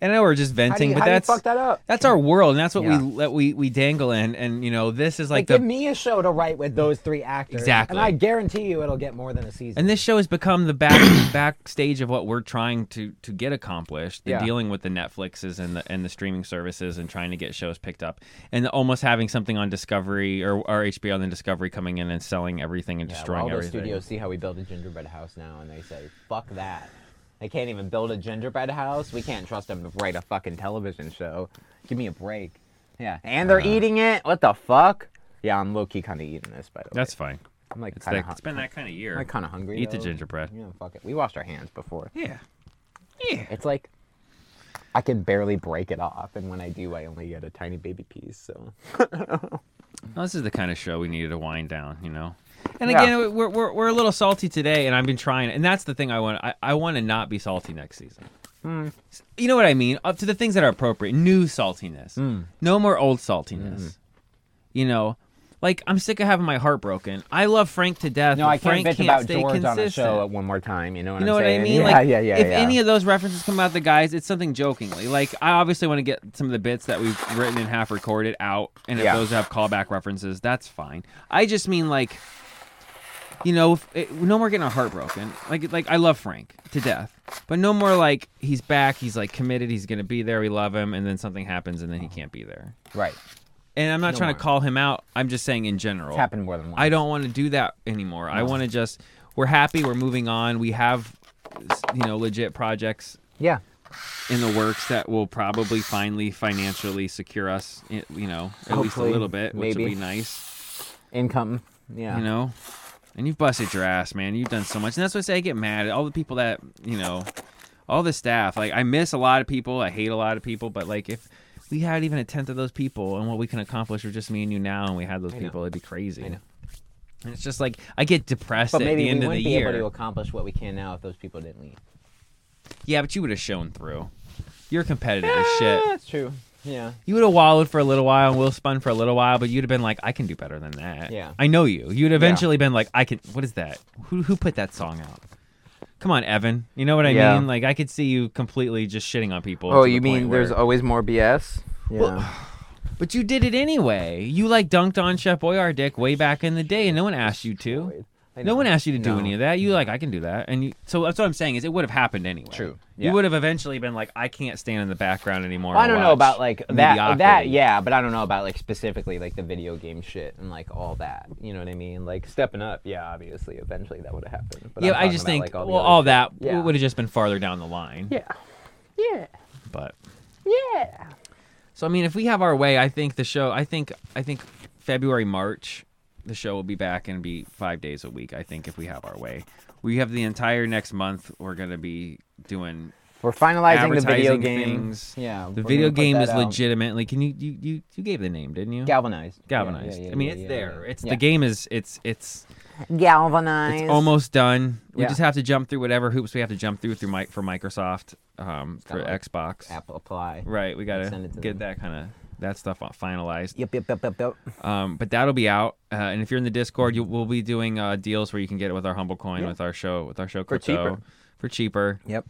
S4: And I know we're just
S5: How do
S4: venting,
S5: you,
S4: but
S5: how do you
S4: that's
S5: fuck that up?
S4: that's our world, and that's what
S5: Yeah.
S4: we let we we dangle in. And you know, this is
S5: Like,
S4: like
S5: give
S4: the
S5: me a show to write with those three actors,
S4: Exactly.
S5: and I guarantee you it'll get more than a season.
S4: and this show has become the back [coughs] backstage of what we're trying to to get accomplished. The
S5: Yeah.
S4: dealing with the Netflixes and the and the streaming services and trying to get shows picked up, and almost having something on Discovery or, or HBO and then Discovery coming in and selling everything and
S5: Yeah, well,
S4: destroying
S5: all those
S4: everything.
S5: studios see how we build a gingerbread house now, and they say, "Fuck that." They can't even build a gingerbread house. We can't trust them to write a fucking television show. Give me a break. Yeah,
S4: Uh,
S5: and they're eating it. What the fuck? Yeah, I'm low key kind of eating this. By the way,
S4: That's fine.
S5: I'm like
S4: It's,
S5: kind
S4: that,
S5: of
S4: it's been that kind of year.
S5: I'm like kind of hungry.
S4: Eat the
S5: though.
S4: gingerbread.
S5: Yeah, fuck it. We washed our hands before.
S4: Yeah.
S5: It's like I can barely break it off, and when I do, I only get a tiny baby piece. So
S4: Well, this is the kind of show we needed to wind down, you know. And
S5: Yeah.
S4: again, we're, we're we're a little salty today, and I've been trying, and that's the thing I want. I, I want to not be salty next season.
S5: Hmm.
S4: S- You know what I mean? Up to the things that are appropriate, new saltiness,
S5: Hmm.
S4: no more old saltiness.
S5: Mm-hmm.
S4: You know, like I'm sick of having my heart broken. I love Frank to death.
S5: no,
S4: but
S5: I can't
S4: Frank
S5: bitch
S4: can't
S5: about
S4: stay
S5: George
S4: consistent.
S5: on a show at one more time. You know what
S4: You know
S5: I'm
S4: what I
S5: saying?
S4: mean?
S5: Yeah,
S4: like,
S5: yeah, yeah.
S4: if
S5: yeah.
S4: any of those references come out the guys, it's something jokingly. Like, I obviously want to get some of the bits that we've written and half recorded out, and if
S5: Yeah.
S4: those have callback references, that's fine. I just mean like, you know, if it, no more getting our heart broken. Like, like I love Frank to death, but no more like he's back, he's like committed, he's gonna be there, we love him, and then something happens, and then he can't be there.
S5: right.
S4: And I'm not
S5: No
S4: trying
S5: more.
S4: to call him out. I'm just saying in general.
S5: It's happened more than once.
S4: I don't want to do that anymore. I want to just we're happy, we're moving on. We have you know legit projects
S5: yeah.
S4: in the works that will probably finally financially secure us, you know, at least a
S5: Hopefully,
S4: little bit, which would
S5: maybe.
S4: be nice,
S5: Income. Yeah.
S4: you know. And you've busted your ass, man. You've done so much. And that's why I say I get mad at all the people that, you know, all the staff. Like I miss a lot of people, I hate a lot of people, but like if we had even a tenth of those people and what we can accomplish with just me and you now and we had those
S5: know.
S4: people, it'd be crazy.
S5: I know.
S4: And it's just like I get depressed
S5: but
S4: at
S5: maybe
S4: the end
S5: we
S4: of the
S5: wouldn't be
S4: year.
S5: able to accomplish what we can now if those people didn't leave.
S4: Yeah, but you would have shown through. You're competitive
S5: [laughs]
S4: as shit.
S5: Ah, That's true. Yeah.
S4: You would have wallowed for a little while and Will spun for a little while, but you'd have been like, I can do better than that.
S5: Yeah.
S4: I know you. You'd eventually been like, I can. What is that? Who who put that song out? Come on, Evan. You know what I
S5: Yeah.
S4: mean? Like I could see you completely just shitting on people.
S5: Oh,
S4: to the point where-
S5: always more BS? Yeah.
S4: But you did it anyway. You like dunked on Chef Boyardick way back in the day, and no one asked you to.
S5: I
S4: No
S5: know.
S4: one asked you to do
S5: No.
S4: any of that. You like, I can do that, and you, so that's what I'm saying is it would have happened anyway.
S5: True.
S4: You
S5: Yeah.
S4: would have eventually been like, I can't stand in the background anymore.
S5: Well, I
S4: and
S5: don't know
S4: watch
S5: about like that. That
S4: mediocrity."
S5: yeah, but I don't know about like specifically like the video game shit and like all that. You know what I mean? Like stepping up. Yeah, obviously, eventually that would have happened. But
S4: yeah,
S5: I'm
S4: I
S5: talking
S4: just
S5: about,
S4: think
S5: like,
S4: all
S5: all the
S4: well,
S5: other
S4: all
S5: shit.
S4: that
S5: Yeah.
S4: would have just been farther down the line.
S5: Yeah. Yeah.
S4: But
S5: Yeah.
S4: so I mean, if we have our way, I think the show. I think I think February March, the show will be back and be five days a week. I think if we have our way, we have the entire next month. We're gonna be doing
S5: We're finalizing the video
S4: Advertising
S5: game.
S4: things.
S5: Yeah.
S4: The
S5: we're
S4: video
S5: gonna put
S4: game
S5: that
S4: is
S5: out.
S4: legitimately. Can you you you you gave the name, didn't you?
S5: Galvanized. Yeah,
S4: Galvanized.
S5: yeah, yeah,
S4: I mean,
S5: yeah,
S4: it's
S5: yeah,
S4: there.
S5: yeah.
S4: It's
S5: Yeah.
S4: the game is it's it's
S5: Galvanized.
S4: it's almost done. We
S5: Yeah.
S4: just have to jump through whatever hoops we have to jump through through mic for Microsoft, um, for
S5: kinda like
S4: Xbox.
S5: app apply.
S4: Right, we gotta
S5: Send it to
S4: get
S5: them.
S4: that kind of that stuff on- finalized.
S5: Yep, yep, yep, yep, yep.
S4: Um, but that'll be out. Uh, and if you're in the Discord, you, we'll be doing uh, deals where you can get it with our humble coin,
S5: Yeah.
S4: with our show, with our show
S5: For
S4: crypto,
S5: cheaper.
S4: for cheaper.
S5: Yep.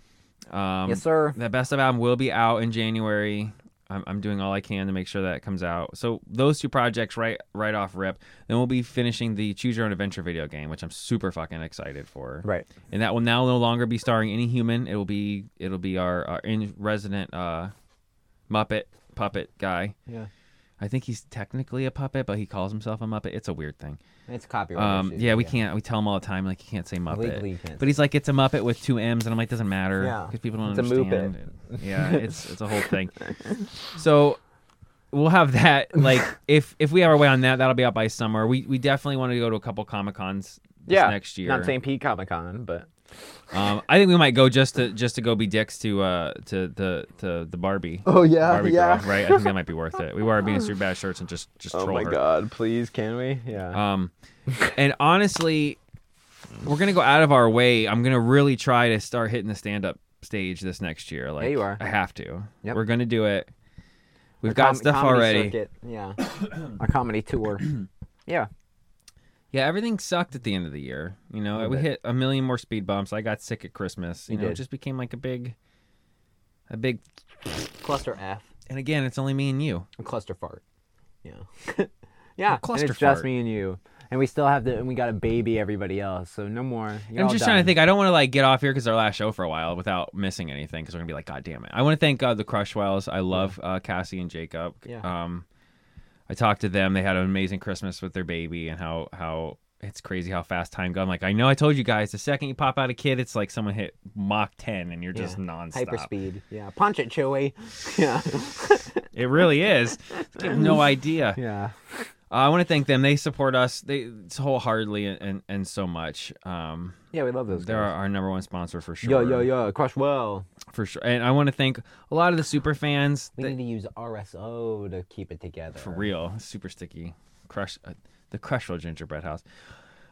S4: Um,
S5: yes, sir.
S4: The best of album will be out in January. I'm, I'm doing all I can to make sure that it comes out. So those two projects right right off rip. Then we'll be finishing the Choose Your Own Adventure video game, which I'm super fucking excited for.
S5: Right.
S4: And that will now no longer be starring any human. It will be it'll be our, our in resident uh, Muppet puppet guy.
S5: Yeah.
S4: I think he's technically a puppet, but he calls himself a Muppet. It's a weird thing.
S5: It's copyright.
S4: Um,
S5: issues,
S4: yeah, we can't. We tell him all the time, like you can't say Muppet.
S5: Legally, you can't
S4: But he's like, it's a Muppet with two M's, and I'm like, doesn't matter
S5: Yeah.
S4: because people don't
S5: It's a Muppet.
S4: understand. And- yeah, it's it's a whole thing. [laughs] So we'll have that.
S5: [laughs]
S4: Like, if if we have our way on that, that'll be out by summer. We we definitely want to go to a couple Comic Cons.
S5: Yeah.
S4: next year.
S5: Not St. Pete Comic Con, but
S4: Um, I think we might go just to just to go be dicks to uh to the to the Barbie.
S5: Oh, yeah,
S4: Barbie
S5: yeah.
S4: girl, right. I think that might be worth it. We wear our Venus through bad shirts and just
S5: [laughs]
S4: just
S5: Oh,
S4: troll her.
S5: God, please, can we? Yeah.
S4: Um, and honestly, we're gonna go out of our way. I'm gonna really try to start hitting the stand up stage this next year. Like
S5: you are.
S4: I have to.
S5: Yep.
S4: We're gonna do it. We've
S5: Our
S4: got
S5: com-
S4: stuff
S5: comedy
S4: already.
S5: Circuit.
S4: [coughs]
S5: Yeah. A comedy tour. yeah.
S4: Yeah, everything sucked at the end of the year. You know,
S5: little
S4: we
S5: bit.
S4: hit a million more speed bumps. I got sick at Christmas. You,
S5: You
S4: know, it
S5: did.
S4: just became like a big, a big
S5: Cluster F.
S4: And again, it's only me and you.
S5: A cluster fart. Yeah. [laughs] yeah. and
S4: cluster
S5: it's just
S4: fart.
S5: me and you. And we still have to, and we got to baby everybody else. So no more. You're
S4: I'm
S5: all
S4: just trying to
S5: done.
S4: think. I don't want to like get off here because our last show for a while without missing anything because we're gonna be like, God damn it. I want to thank uh, the Crushwells. I love uh, Cassie and Jacob.
S5: Yeah.
S4: Um, I talked to them. They had an amazing Christmas with their baby and how how it's crazy how fast time goes. I'm like, I know I told you guys. The second you pop out a kid, it's like someone hit Mach 10 and you're
S5: Yeah.
S4: just nonstop.
S5: Hyperspeed. Yeah. Punch it, Chewy. [laughs] yeah.
S4: It really is. You have no idea.
S5: [laughs]
S4: [laughs]
S5: yeah.
S4: Uh, I want to thank them. They support us. They wholeheartedly and, and, and so much. Um,
S5: Yeah, we love those
S4: they're
S5: guys.
S4: our, our number one sponsor for sure.
S5: Yo, yo, yo. Crush well.
S4: for sure. And I want to thank a lot of the super fans.
S5: We
S4: that-
S5: need to use RSO to keep it together.
S4: for real, super sticky crush. Uh, the Crushville Gingerbread House.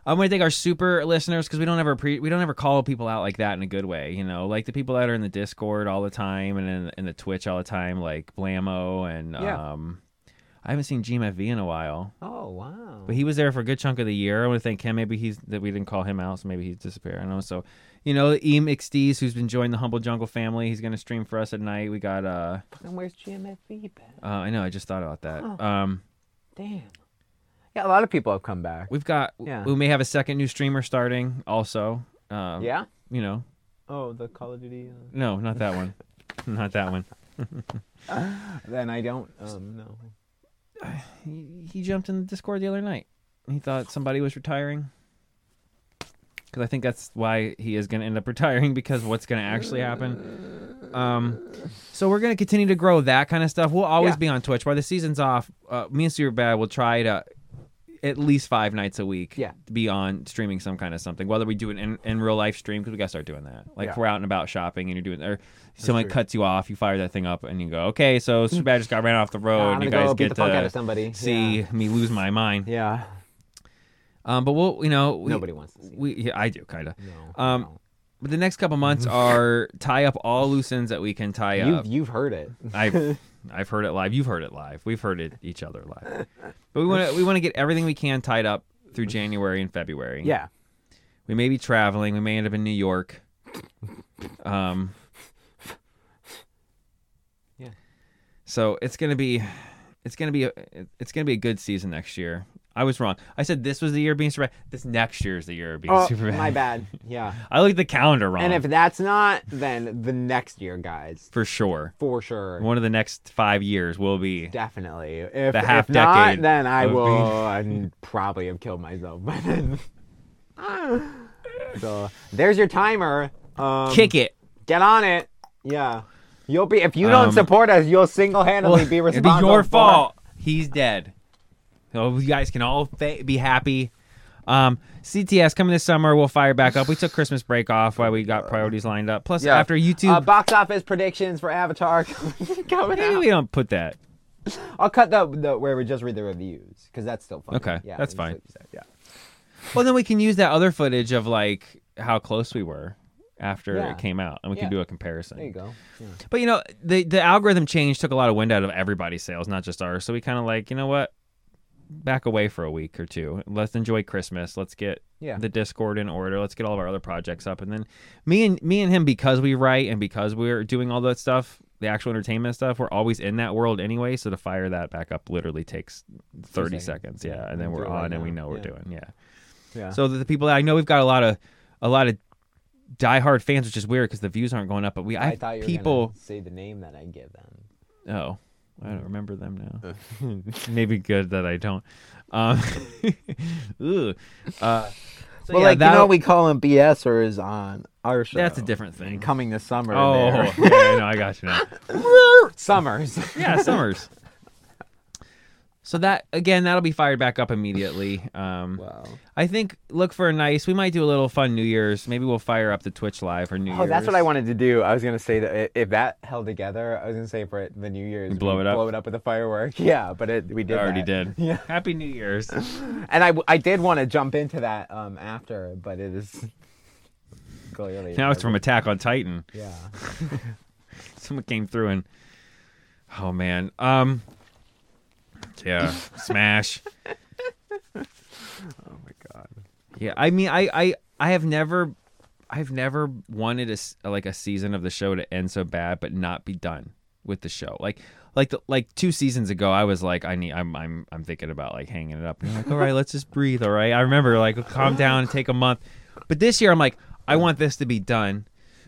S4: I want to thank our super listeners because we don't ever pre- we don't ever call people out like that in a good way. You know, like the people that are in the Discord all the time and in, in the Twitch all the time, like Blammo and
S5: Yeah.
S4: um. I haven't seen GMFV in a while.
S5: Oh, wow.
S4: But he was there for a good chunk of the year. I want to thank him. Maybe he's that we didn't call him out, so maybe he's disappeared. I don't know. So, you know, Eam XDs, who's been joining the Humble Jungle family, he's gonna stream for us at night. We got uh,
S5: And where's GMFB back?
S4: uh I know, I just thought about that. Um,
S5: Damn. Yeah, a lot of people have come back.
S4: we've got
S5: Yeah.
S4: we may have a second new streamer starting also. Um,
S5: Yeah?
S4: you know,
S5: Oh, the Call of Duty. Uh...
S4: no, not that one, [laughs] not that one.
S5: Then I don't um know.
S4: He, he jumped in the Discord the other night. He thought somebody was retiring. Because I think that's why he is going to end up [laughs] retiring. Because what's going to actually happen? Um, so we're going to continue to grow that kind of stuff. We'll always
S5: Yeah.
S4: be on Twitch while the season's off. Uh, me and Super Bad will try to at least five nights a week.
S5: Yeah.
S4: be on streaming some kind of something. Whether we do it in, in real life stream because we got to start doing that. Like if
S5: Yeah.
S4: we're out and about shopping and you're doing or someone
S5: true.
S4: cuts you off, you fire that thing up and you go, okay, so Super Bad just got ran off the road.
S5: I'm
S4: and you
S5: gonna
S4: guys
S5: go
S4: get
S5: beat the fuck
S4: to
S5: out of somebody.
S4: see
S5: Yeah.
S4: me lose my mind.
S5: Yeah.
S4: Um, but we'll, you know, we,
S5: Nobody wants to see.
S4: We, yeah, I do kind of.
S5: No.
S4: Um, But the next couple months are tie up all loose ends that we can tie
S5: no.
S4: up.
S5: You've you've heard it. [laughs]
S4: I've, I've heard it live. You've heard it live. We've heard it each other live. But we want to, we want to get everything we can tied up through January and February.
S5: Yeah.
S4: We may be traveling. We may end up in New York. Um.
S5: Yeah.
S4: So it's gonna be, it's gonna be, a, it's gonna be a good season next year. I was wrong. I said this was the year of being super. This next year is the year of being
S5: Oh,
S4: super.
S5: my bad. [laughs] Yeah.
S4: I looked at the calendar wrong.
S5: And if that's not, then the next year, guys,
S4: for sure,
S5: for sure,
S4: one of the next five years will be.
S5: definitely. If,
S4: The half
S5: if not,
S4: decade
S5: then I
S4: of
S5: will
S4: being- [laughs]
S5: um, probably have killed myself by then. [laughs] so there's your timer. Um,
S4: Kick it.
S5: Get on it. Yeah. You'll be if you don't
S4: Um,
S5: support us, you'll single-handedly be
S4: It'd
S5: responsible.
S4: your
S5: for-
S4: fault. He's dead. So you guys can all fa- be happy. Um, CTS coming this summer. We'll fire back up. We took Christmas break off while we got priorities lined up. Plus,
S5: [laughs] Yeah.
S4: after YouTube,
S5: Uh, box office predictions for Avatar [laughs] coming
S4: maybe
S5: out.
S4: we don't put that.
S5: I'll cut the, the where we just read the reviews because that's still fun.
S4: Okay,
S5: yeah,
S4: that's
S5: it's-
S4: fine.
S5: it's- Yeah,
S4: Well, then we can use that other footage of like how close we were after
S5: Yeah.
S4: it came out, and we
S5: Yeah.
S4: can do a comparison.
S5: there you go. Yeah.
S4: But you know, the the algorithm change took a lot of wind out of everybody's sails, not just ours. So we kind of like, you know what? Back away for a week or two. Let's enjoy Christmas. Let's get
S5: Yeah.
S4: the Discord in order. Let's get all of our other projects up, and then me and me and him because we write and because we're doing all that stuff, the actual entertainment stuff. We're always in that world anyway. So to fire that back up literally takes thirty
S5: seconds.
S4: seconds. Yeah,
S5: Yeah,
S4: and
S5: we
S4: then
S5: can
S4: we're
S5: do it right
S4: on and we
S5: now.
S4: know we're
S5: Yeah.
S4: doing. Yeah.
S5: Yeah.
S4: So that the people that I know we've got a lot of a lot of diehard fans, which is weird because the views aren't going up. But we I,
S5: I
S4: have
S5: thought you were
S4: people.
S5: gonna say the name that I give them.
S4: Oh, I
S5: Mm.
S4: don't remember them now.
S5: Uh,
S4: [laughs] Maybe good that I don't. Um, [laughs] ooh. Uh, so
S5: well,
S4: yeah,
S5: like you know,
S4: that'll-
S5: we call him BSers on our show.
S4: That's a different thing.
S5: Coming this summer.
S4: Oh, [laughs]
S5: there.
S4: yeah, I know, I got you now.
S5: summers. [laughs]
S4: Yeah, summers. So that again, that'll be fired back up immediately. Um,
S5: wow.
S4: I think look for a nice. We might do a little fun New Year's. Maybe we'll fire up the Twitch live for New
S5: Oh,
S4: Year's.
S5: that's what I wanted to do. I was gonna say that i- if that held together, I was gonna say for it- the New Year's,
S4: Blow
S5: we
S4: it up?
S5: blow it up with a firework. [laughs] Yeah, but it, we
S4: I
S5: did.
S4: already did.
S5: that. [laughs] Yeah.
S4: Happy New
S5: [laughs]
S4: Year's.
S5: And I, w- I did want to jump into that um after, but it is [laughs] clearly
S4: now it's Oh. from Attack on Titan.
S5: yeah. [laughs]
S4: [laughs] someone came through and oh man um yeah smash
S5: Oh my god.
S4: yeah i mean i i i have never i've never wanted a s- like a season of the show to end so bad but not be done with the show. Like like the, like two seasons ago, I was like, I need, I'm I'm I'm thinking about like hanging it up. And I'm like, all right, let's just breathe. All right, I remember like calm down and take a month. But this year, I'm like, I want this to be done.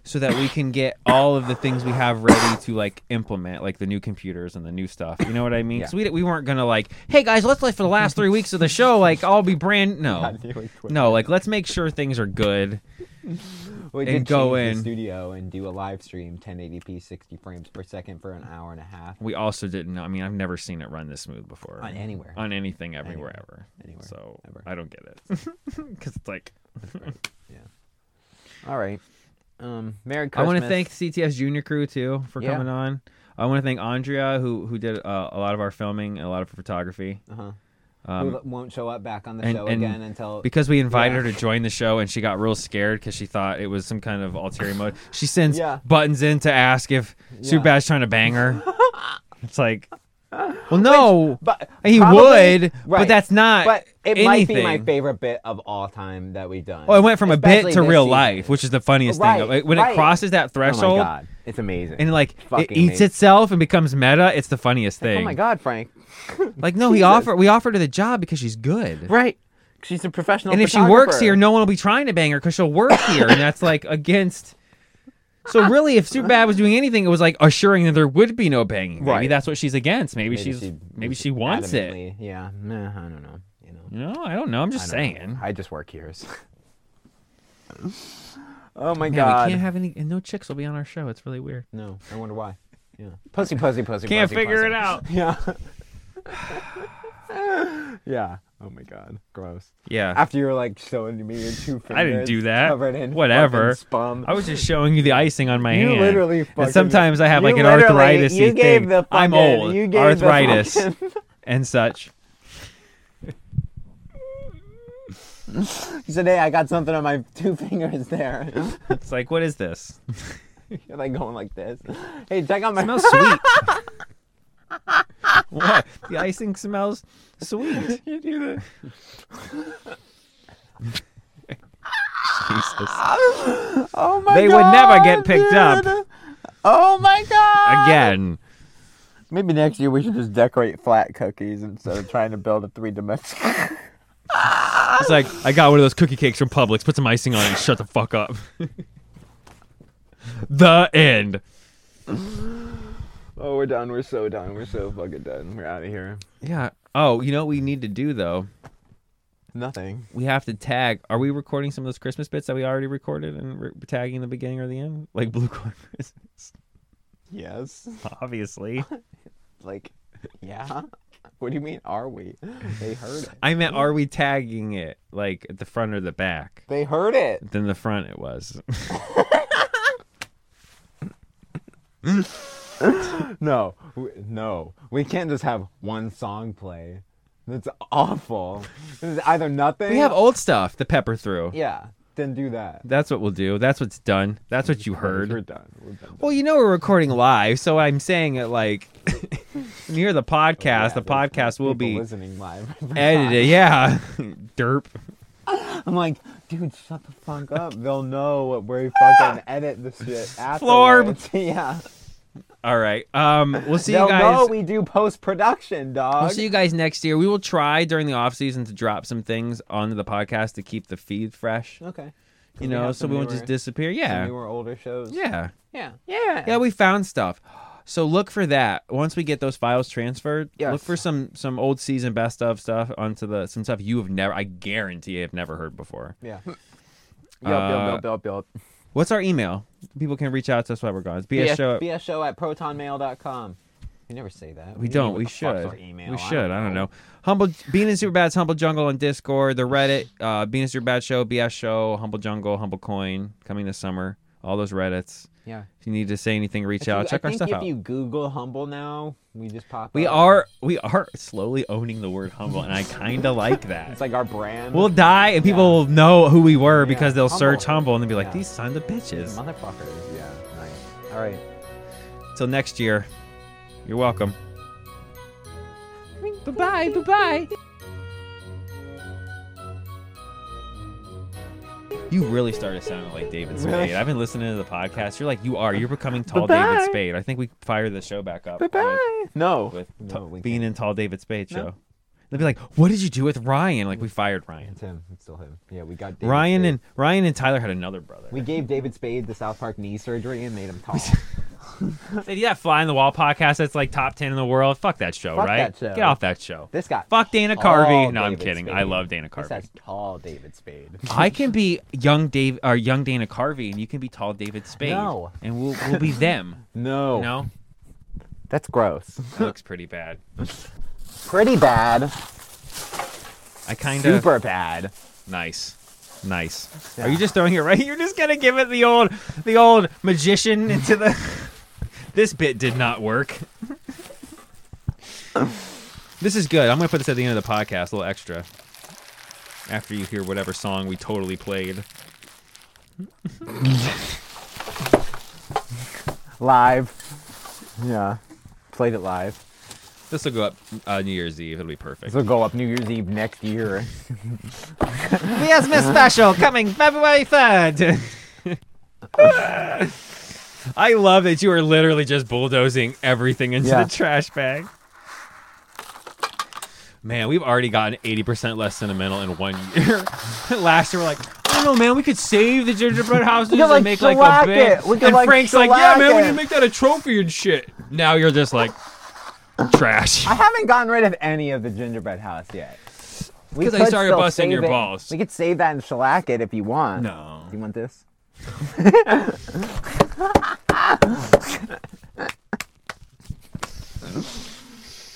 S4: So that we can get all of the things we have ready to like implement, like the new computers and the new stuff. You know what I mean? Because we, we weren't gonna like, hey guys, let's like for the last three weeks of the show, like all be brand no, no, like let's make sure things are good.
S5: We
S4: and
S5: did
S4: go
S5: change
S4: in.
S5: the studio and do a live stream, 1080p, 60 frames per second for an hour and a half.
S4: We also didn't. I mean, I've never seen it run this smooth before
S5: On anywhere.
S4: on anything, everywhere,
S5: Anywhere.
S4: ever.
S5: Anywhere,
S4: So
S5: ever.
S4: I don't get
S5: [laughs]
S4: it because it's like
S5: All right. Um, Merry
S4: I
S5: Christmas.
S4: want to thank CTS Junior Crew too for
S5: Yeah.
S4: coming on. I want to thank Andrea who who did uh, a lot of our filming and a lot of photography
S5: Uh-huh.
S4: um,
S5: Who won't show up back on the
S4: and-
S5: show
S4: and
S5: again until
S4: because we invited
S5: Yeah.
S4: her to join the show and she got real scared because she thought it was some kind of ulterior motive. She sends
S5: Yeah.
S4: buttons in to ask if
S5: Yeah.
S4: Superbad's trying to bang
S5: [laughs]
S4: her. it's like, well, no.
S5: But
S4: he
S5: probably-
S4: would, but
S5: right.
S4: that's not.
S5: But it
S4: anything.
S5: might be my favorite bit of all time that we've done.
S4: Well, it went from a bit
S5: Especially
S4: to
S5: this
S4: real
S5: season.
S4: life, which is the funniest thing.
S5: Right,
S4: Like, When it
S5: right.
S4: crosses that
S5: Oh my
S4: threshold
S5: god, it's amazing.
S4: and like it
S5: Fucking
S4: eats
S5: amazing.
S4: itself and becomes meta, it's the funniest thing.
S5: oh my god, Frank.
S4: Like no, he offered we offered her the job because she's good.
S5: Right. She's a professional.
S4: And if she works here, no one will be trying to bang her because she'll work here, and that's like
S5: [laughs]
S4: against. So really, if Superbad was doing anything, it was like assuring that there would be no banging. Maybe
S5: Right.
S4: that's what she's against. Maybe, she's maybe she wants it.
S5: adamantly- Yeah. Nah, I don't know. You know.
S4: You know, I don't know. I'm just
S5: I don't
S4: saying.
S5: know. I just work here. [laughs] so- oh my
S4: Man,
S5: god.
S4: we can't have any, and no chicks will be on our show. It's really weird.
S5: No, I wonder why. Yeah. [laughs] Pussy, pussy, pussy.
S4: Can't
S5: pussy,
S4: figure
S5: pussy.
S4: it out.
S5: Yeah. [laughs] yeah. Oh my god. Gross.
S4: Yeah.
S5: After you were like showing me your two fingers.
S4: I didn't do that.
S5: Covered in
S4: Whatever.
S5: fucking Spum.
S4: I was just showing you the icing on my
S5: You
S4: hand.
S5: literally
S4: And
S5: fucking-
S4: sometimes I have
S5: you
S4: like an
S5: literally-
S4: arthritis
S5: you gave
S4: thing.
S5: the
S4: I'm
S5: fucking-
S4: old.
S5: you gave the
S4: arthritis
S5: fucking-
S4: [laughs]
S5: [laughs]
S4: and such.
S5: Today I got something on my two fingers there. [laughs]
S4: It's like, what is this? [laughs]
S5: You're like going like this. Hey, check out my.
S4: smells sweet. what? The icing smells sweet.
S5: [laughs] you do that.
S4: Jesus.
S5: [laughs] Oh my
S4: They
S5: god.
S4: would never get picked up.
S5: dude. Oh my god.
S4: Again.
S5: Maybe next year we should just decorate flat cookies instead of trying to build a three dimensional. [laughs]
S4: It's like, I got one of those cookie cakes from Publix, put some icing on it, and shut the fuck up. [laughs] the end.
S5: oh, we're done. We're so done. We're so fucking done. We're out of here.
S4: Yeah. Oh, you know what we need to do though?
S5: Nothing.
S4: we have to tag. Are we recording some of those Christmas bits that we already recorded and we're tagging the beginning or the end, like [laughs] Blue Corn Christmas?
S5: Yes.
S4: Obviously,
S5: Like, yeah. What do you mean? Are we? They heard it.
S4: I meant, are we tagging it like at the front or the back?
S5: They heard it.
S4: Then the front it was.
S5: No, w- no. We can't just have one song play. That's awful. This is either nothing.
S4: we have old stuff. The pepper through.
S5: Yeah. Then do that.
S4: That's what we'll do. That's what's done. That's what you
S5: We're
S4: heard.
S5: done. We're done.
S4: Well, you know we're recording live, so I'm saying it like [laughs] near the podcast. the
S5: there's
S4: podcast will
S5: people
S4: be
S5: listening live.
S4: [laughs] edited. Yeah, [laughs] derp.
S5: I'm like, dude, shut the fuck up. They'll know where you
S4: Ah!
S5: fucking edit the
S4: [laughs]
S5: shit
S4: Florb.
S5: afterwards. [laughs] yeah.
S4: All right. Um, we'll see
S5: They'll
S4: you guys.
S5: know we do post production, dog.
S4: We'll see you guys next year. We will try during the off season to drop some things onto the podcast to keep the feed fresh.
S5: okay.
S4: You know, so we won't just disappear.
S5: Yeah.
S4: Yeah.
S5: Newer older shows.
S4: Yeah.
S5: Yeah. Yeah.
S4: Yeah, we found stuff. So look for that. Once we get those files transferred, look
S5: Yes.
S4: for some some old season best of stuff onto the some stuff you have never I guarantee you have never heard before.
S5: yeah. Yup,
S4: Uh,
S5: yup, yup, yup, yup.
S4: What's our email? People can reach out to us while we're gone. It's BS show.
S5: BS show at protonmail.com. We never say that.
S4: We
S5: need-
S4: don't.
S5: what
S4: We
S5: the fuck's
S4: should.
S5: our email?
S4: We should. I don't know. Humble Bean and Superbad's Humble Jungle on Discord, the Reddit, uh, Bean and Superbad Show, BS Show, Humble Jungle, Humble Coin coming this summer. All those Reddits.
S5: Yeah.
S4: If you need to say anything, reach
S5: If you-
S4: out. Check
S5: I
S4: our
S5: think
S4: stuff
S5: if
S4: out.
S5: you Google humble now, we just pop.
S4: we
S5: up.
S4: are we are slowly owning the word humble, and I kind of like
S5: [laughs] It's
S4: that.
S5: like our brand.
S4: We'll die, and people will know who we were
S5: Yeah.
S4: because they'll
S5: Humble.
S4: search humble and they'll be like,
S5: Yeah.
S4: "These sons of bitches."
S5: Motherfuckers. Yeah. Nice. All right.
S4: Till next year, you're welcome.
S3: Bye bye, bye bye.
S4: You really started sounding like David Spade.
S5: Really?
S4: I've been listening to the podcast. You're like, you are. You're becoming tall David
S5: Bye-bye.
S4: Spade. I think we fire the show back up.
S5: No.
S4: With, with
S5: No,
S4: t-
S5: we
S4: being in tall David Spade show. They'll be like, what did you do with Ryan? Like, we fired Ryan.
S5: It's him. It's still him. Yeah, we got David
S4: Ryan
S5: Spade.
S4: and Ryan and Tyler had another brother.
S5: we gave David Spade the South Park knee surgery and made him
S4: [laughs]
S5: tall.
S4: Did that fly in the wall podcast that's like top 10 in the world? Fuck that show,
S5: Fuck
S4: right?
S5: that show.
S4: Get off that show.
S5: This guy.
S4: Fuck Dana
S5: tall
S4: Carvey. No, I'm
S5: David
S4: kidding. I
S5: Spade.
S4: love Dana
S5: This
S4: Carvey.
S5: guy's tall David Spade.
S4: [laughs] I can be young Dave or young Dana Carvey, and you can be tall David Spade.
S5: No. Oh.
S4: and we'll we'll be them.
S5: No. [laughs]
S4: No,
S5: That's gross.
S4: that looks pretty bad.
S5: Pretty bad.
S4: I kind of
S5: Super bad.
S4: nice, nice.
S5: Yeah.
S4: Are you just throwing it right? [laughs] You're just gonna give it the old the old magician into the. [laughs] this bit did not work. [laughs] this is good. I'm gonna put this at the end of the podcast, a little extra. After you hear whatever song we totally played.
S5: Live. Yeah. Played it live.
S4: This will go up uh, New Year's Eve. It'll be perfect.
S5: This will go up New Year's Eve next year.
S4: Yes, Miss Special coming February 3rd. [laughs] I love that you are literally just bulldozing everything into
S5: Yeah.
S4: the trash bag. Man, we've already gotten 80% less sentimental in one year. [laughs] Last year, we're like, I don't know, man, we could save the gingerbread houses
S5: We could,
S4: and
S5: like,
S4: make like
S5: shellac
S4: a bit.
S5: it. We could,
S4: and
S5: like,
S4: Frank's like, yeah,
S5: shellac
S4: man, we need
S5: it."
S4: to make that a trophy and shit. Now you're just like, trash.
S5: I haven't gotten rid of any of the gingerbread house yet. We
S4: 'Cause I
S5: could
S4: started
S5: still
S4: busting
S5: save
S4: your
S5: it.
S4: balls.
S5: We could save that and shellac it if you want.
S4: No.
S5: Do you want this? [laughs]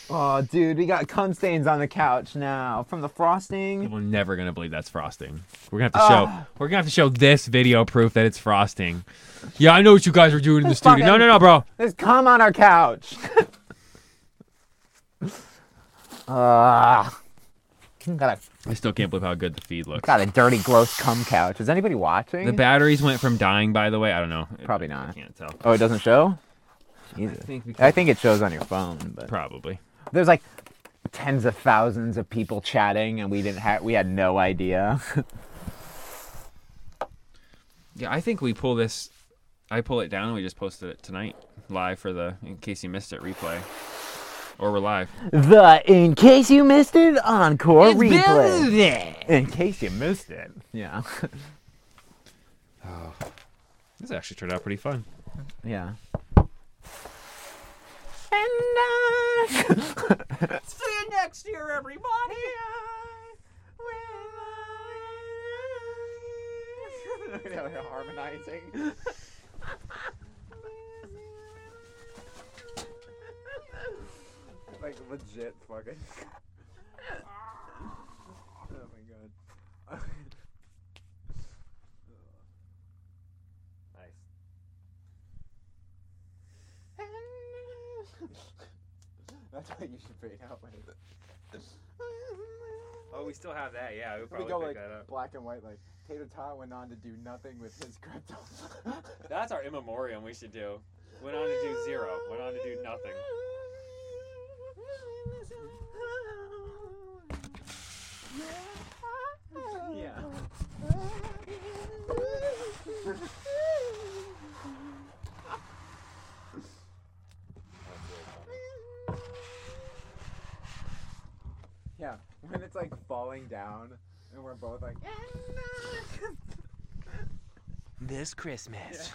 S5: oh, dude, we got cum stains on the couch now from the frosting.
S4: We're never gonna believe that's frosting. We're gonna have to show. We're gonna have to show this video proof that it's frosting. Yeah, I know what you guys are doing in the
S5: It's
S4: studio. No,
S5: fucking-
S4: no, no, bro.
S5: There's cum on our couch. [laughs] Ah. got a
S4: I still can't believe how good the feed looks.
S5: got a dirty, gross cum couch. Is anybody watching?
S4: The batteries went from dying, by the way. I don't know.
S5: Probably
S4: I
S5: not.
S4: can't tell.
S5: Oh, it doesn't show? Jesus. I
S4: think
S5: think,
S4: we
S5: it shows on your phone, but
S4: Probably.
S5: there's like tens of thousands of people chatting and we didn't have we had no idea. [laughs]
S4: Yeah, I think we pull this. I pull it down and we just posted it tonight live for the in case you missed it replay. Or we're live.
S5: the in case you missed it encore replay. In case you missed it. Yeah.
S4: This actually turned out pretty fun.
S5: yeah. uh, [laughs] [laughs] harmonizing. like legit fucking. oh my god. nice. That's what you should fade out when
S4: Oh, we still have that. Yeah, we
S5: we go like black and white, like Tater Tot went on to do nothing with his crypto.
S4: That's our immemorium we should do. Went on to do zero. Went on to do nothing.
S5: yeah. yeah, when it's like falling down and we're both like.
S4: This Christmas.